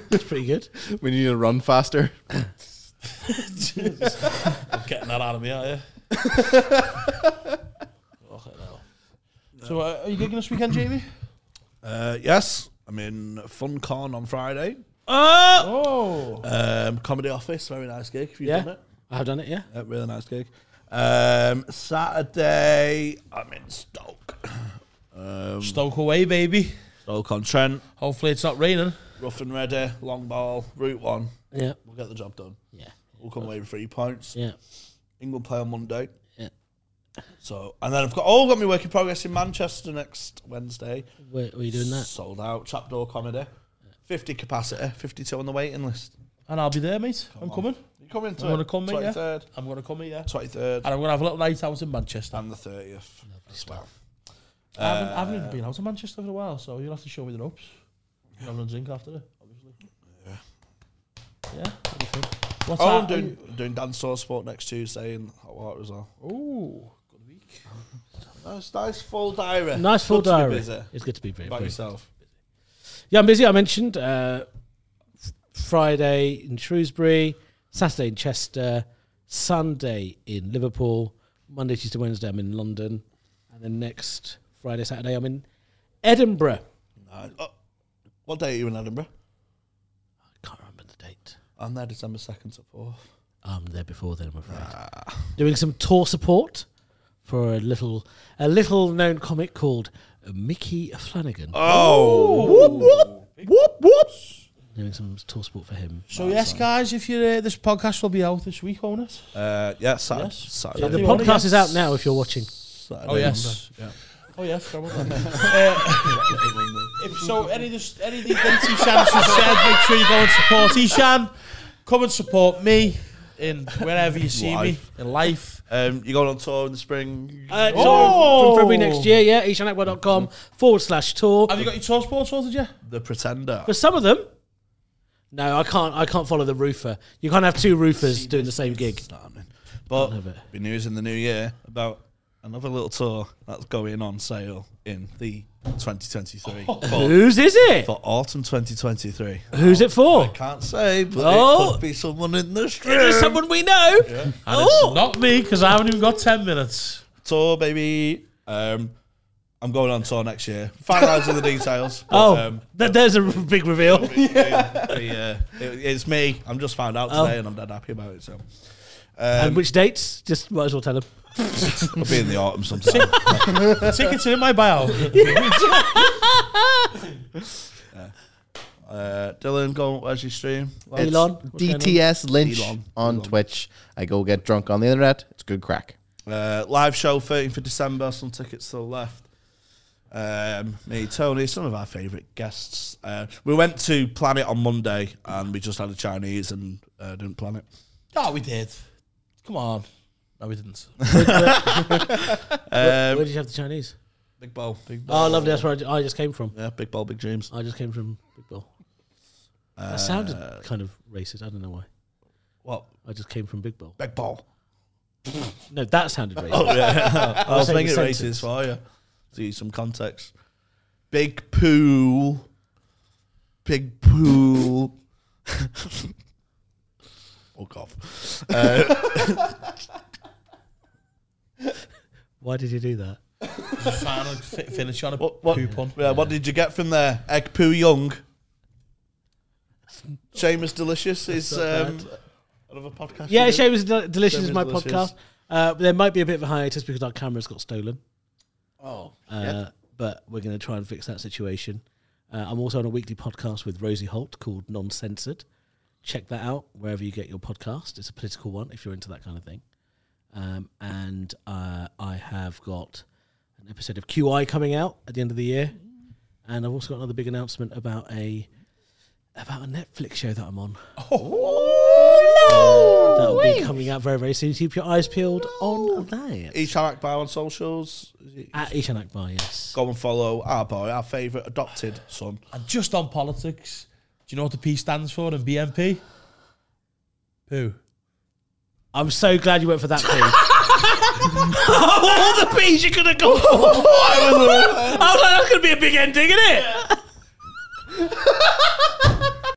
C: That's pretty good.
D: We need to run faster.
B: I'm getting that out of me, are you? So, uh, are you gigging this weekend, Jamie?
A: Uh, yes, I'm in FunCon on Friday.
B: Oh,
A: Um, Comedy Office, very nice gig. Have you
C: Yeah.
A: done it?
C: I've done it, yeah.
A: Uh, really nice gig. Um, Saturday, I'm in Stoke. Um,
B: Stoke away, baby.
A: Stoke on Trent,
B: Hopefully, it's not raining.
A: rough and ready, long ball, route one.
C: Yeah.
A: We'll get the job done.
C: Yeah.
A: We'll come away with three points.
C: Yeah.
A: England play on Monday.
C: Yeah.
A: So, and then I've got all got me work in progress in Manchester next Wednesday.
C: Where were you doing that?
A: Sold out, trapdoor comedy. 50 capacity, 52 on the waiting list.
B: And I'll be there, mate. I'm coming.
A: You coming to
B: I'm gonna come, mate, yeah.
A: 23rd,
B: I'm going to come
A: Uh,
B: here.
A: 23rd,
B: And I'm going to have a little night out in Manchester.
A: and the 30th as well.
B: I,
A: Uh,
B: haven't, I haven't even been out of Manchester for a while, so you'll have to show me the ropes. I'm having a drink after it, obviously. Yeah. what do you think? What's
A: Oh,
B: that?
A: I'm doing, doing Dan Store Sport next Tuesday in Hot Water as well.
B: Ooh, good week.
A: Nice, nice full diary.
C: Nice full
A: Good to be
C: diary.
A: busy.
C: It's good to be very
A: About
C: busy.
A: yourself.
C: Yeah, I'm busy. I mentioned uh, f- Friday in Shrewsbury, Saturday in Chester, Sunday in Liverpool, Monday, Tuesday, Wednesday I'm in London, and then next Friday, Saturday I'm in Edinburgh.
A: Nice. Oh, what day are you in Edinburgh?
C: I can't remember the date.
A: I'm there December 2nd to 4th.
C: I'm there before then, I'm afraid. Doing some tour support for a little a little known comic called Mickey Flanagan.
A: Oh.
C: Whoop whoop. Doing some tour support for him.
B: So, yes, guys, if you're uh, this podcast will be out this week, won't it?
A: Uh, yeah, Saturday.
B: Yes.
A: Saturday.
C: The
B: you want it,
C: podcast
B: yeah?
C: is out now if you're watching.
A: Saturday,
B: Oh, yes.
A: Monday.
B: Oh yeah, fair enough. uh, if so, any of the any of the dates Ishan has said, make sure you go and support Ishan. Come and support me in wherever you see
A: Life.
B: me in life.
A: Yeah. Um, you're going on tour in the spring?
C: Uh, it's
B: Oh!
C: on From February next year, yeah, eashanetwork.com forward slash tour.
B: Have you got your tour sport sorted yet?
A: The Pretender.
C: For some of them, no, I can't. I can't follow the roofer. You can't have two roofers doing the same gig.
A: It's not happening. But
C: Love it.
A: be news in the new year about another little tour that's going on sale in the 2023 for,
C: Whose is it?
A: for autumn 2023.
C: Who's it for?
A: Can't say, but
C: Oh.
A: it could be someone in the street.
C: Is it someone we know?
B: And
C: Oh.
B: it's not me because I haven't even got ten minutes.
A: tour, baby. Um, I'm going on tour next year. Finalising the details. but,
C: Oh,
A: um,
C: th- there's a r- big reveal.
A: yeah, uh, it, it's me. I'm just found out
C: Oh.
A: today, and I'm dead happy about it. So,
C: and which dates? Just might as well tell them.
A: I'll be in the autumn sometime.
B: Tickets are in my bio.
A: uh, Dylan, go. Where's your stream?
C: Elon. what's going on?
D: DTS Lynch
A: Elon.
D: on Twitch. I go get drunk on the internet. It's good crack.
A: Uh, live show 13th of December. Some tickets still left. Um, me, Tony, some of our favourite guests. Uh, we went to Planet on Monday, and we just had a Chinese and uh, didn't plan it.
B: oh, we did. Come on. No, we didn't.
C: Where did you have the Chinese?
A: Big bowl, big bowl.
C: Oh, lovely. That's where I, I just came from.
A: Yeah, big bowl, big dreams.
C: I just came from Big Bill.
A: Uh,
C: That sounded kind of racist. I don't know why.
A: What?
C: I just came from Big Bill.
A: Big bowl.
C: No, that sounded racist.
A: Oh, yeah. I was
C: saying
A: making it
C: the
A: racist
C: sentence.
A: for you. To give you some context. Big pool. Big pool. Oh, Fuck off. Uh,
C: Why did you do that?
B: Final fi- finish on a
A: what, what,
B: poo pun.
A: yeah, what did you get from there? Egg poo young. Seamus Delicious is
C: not
A: um, another podcast.
C: Yeah,
A: you did.
C: Shame is Del- Delicious
A: Shame
C: is
A: is
C: my
A: Delicious.
C: podcast. Uh, there might be a bit of a hiatus because our cameras got stolen.
A: Oh,
C: Uh, But we're going to try and fix that situation. Uh, I'm also on a weekly podcast with Rosie Holt called Non Censored. Check that out wherever you get your podcast. It's a political one if you're into that kind of thing. Um, and uh, I have got an episode of QI coming out at the end of the year, and I've also got another big announcement about a about a Netflix show that I'm on. Oh no! That will be coming out very very soon. Keep your eyes peeled on that.
A: Isharak Bar on socials. Is it-
C: At Ishan Akbar, yes.
A: Go and follow our boy, our favourite adopted son.
B: And just on politics, do you know what the P stands for in BNP? Poo.
C: I'm so glad you went for that pee. All the peas you could have gone for. I was like, that's going to be a big ending, isn't it?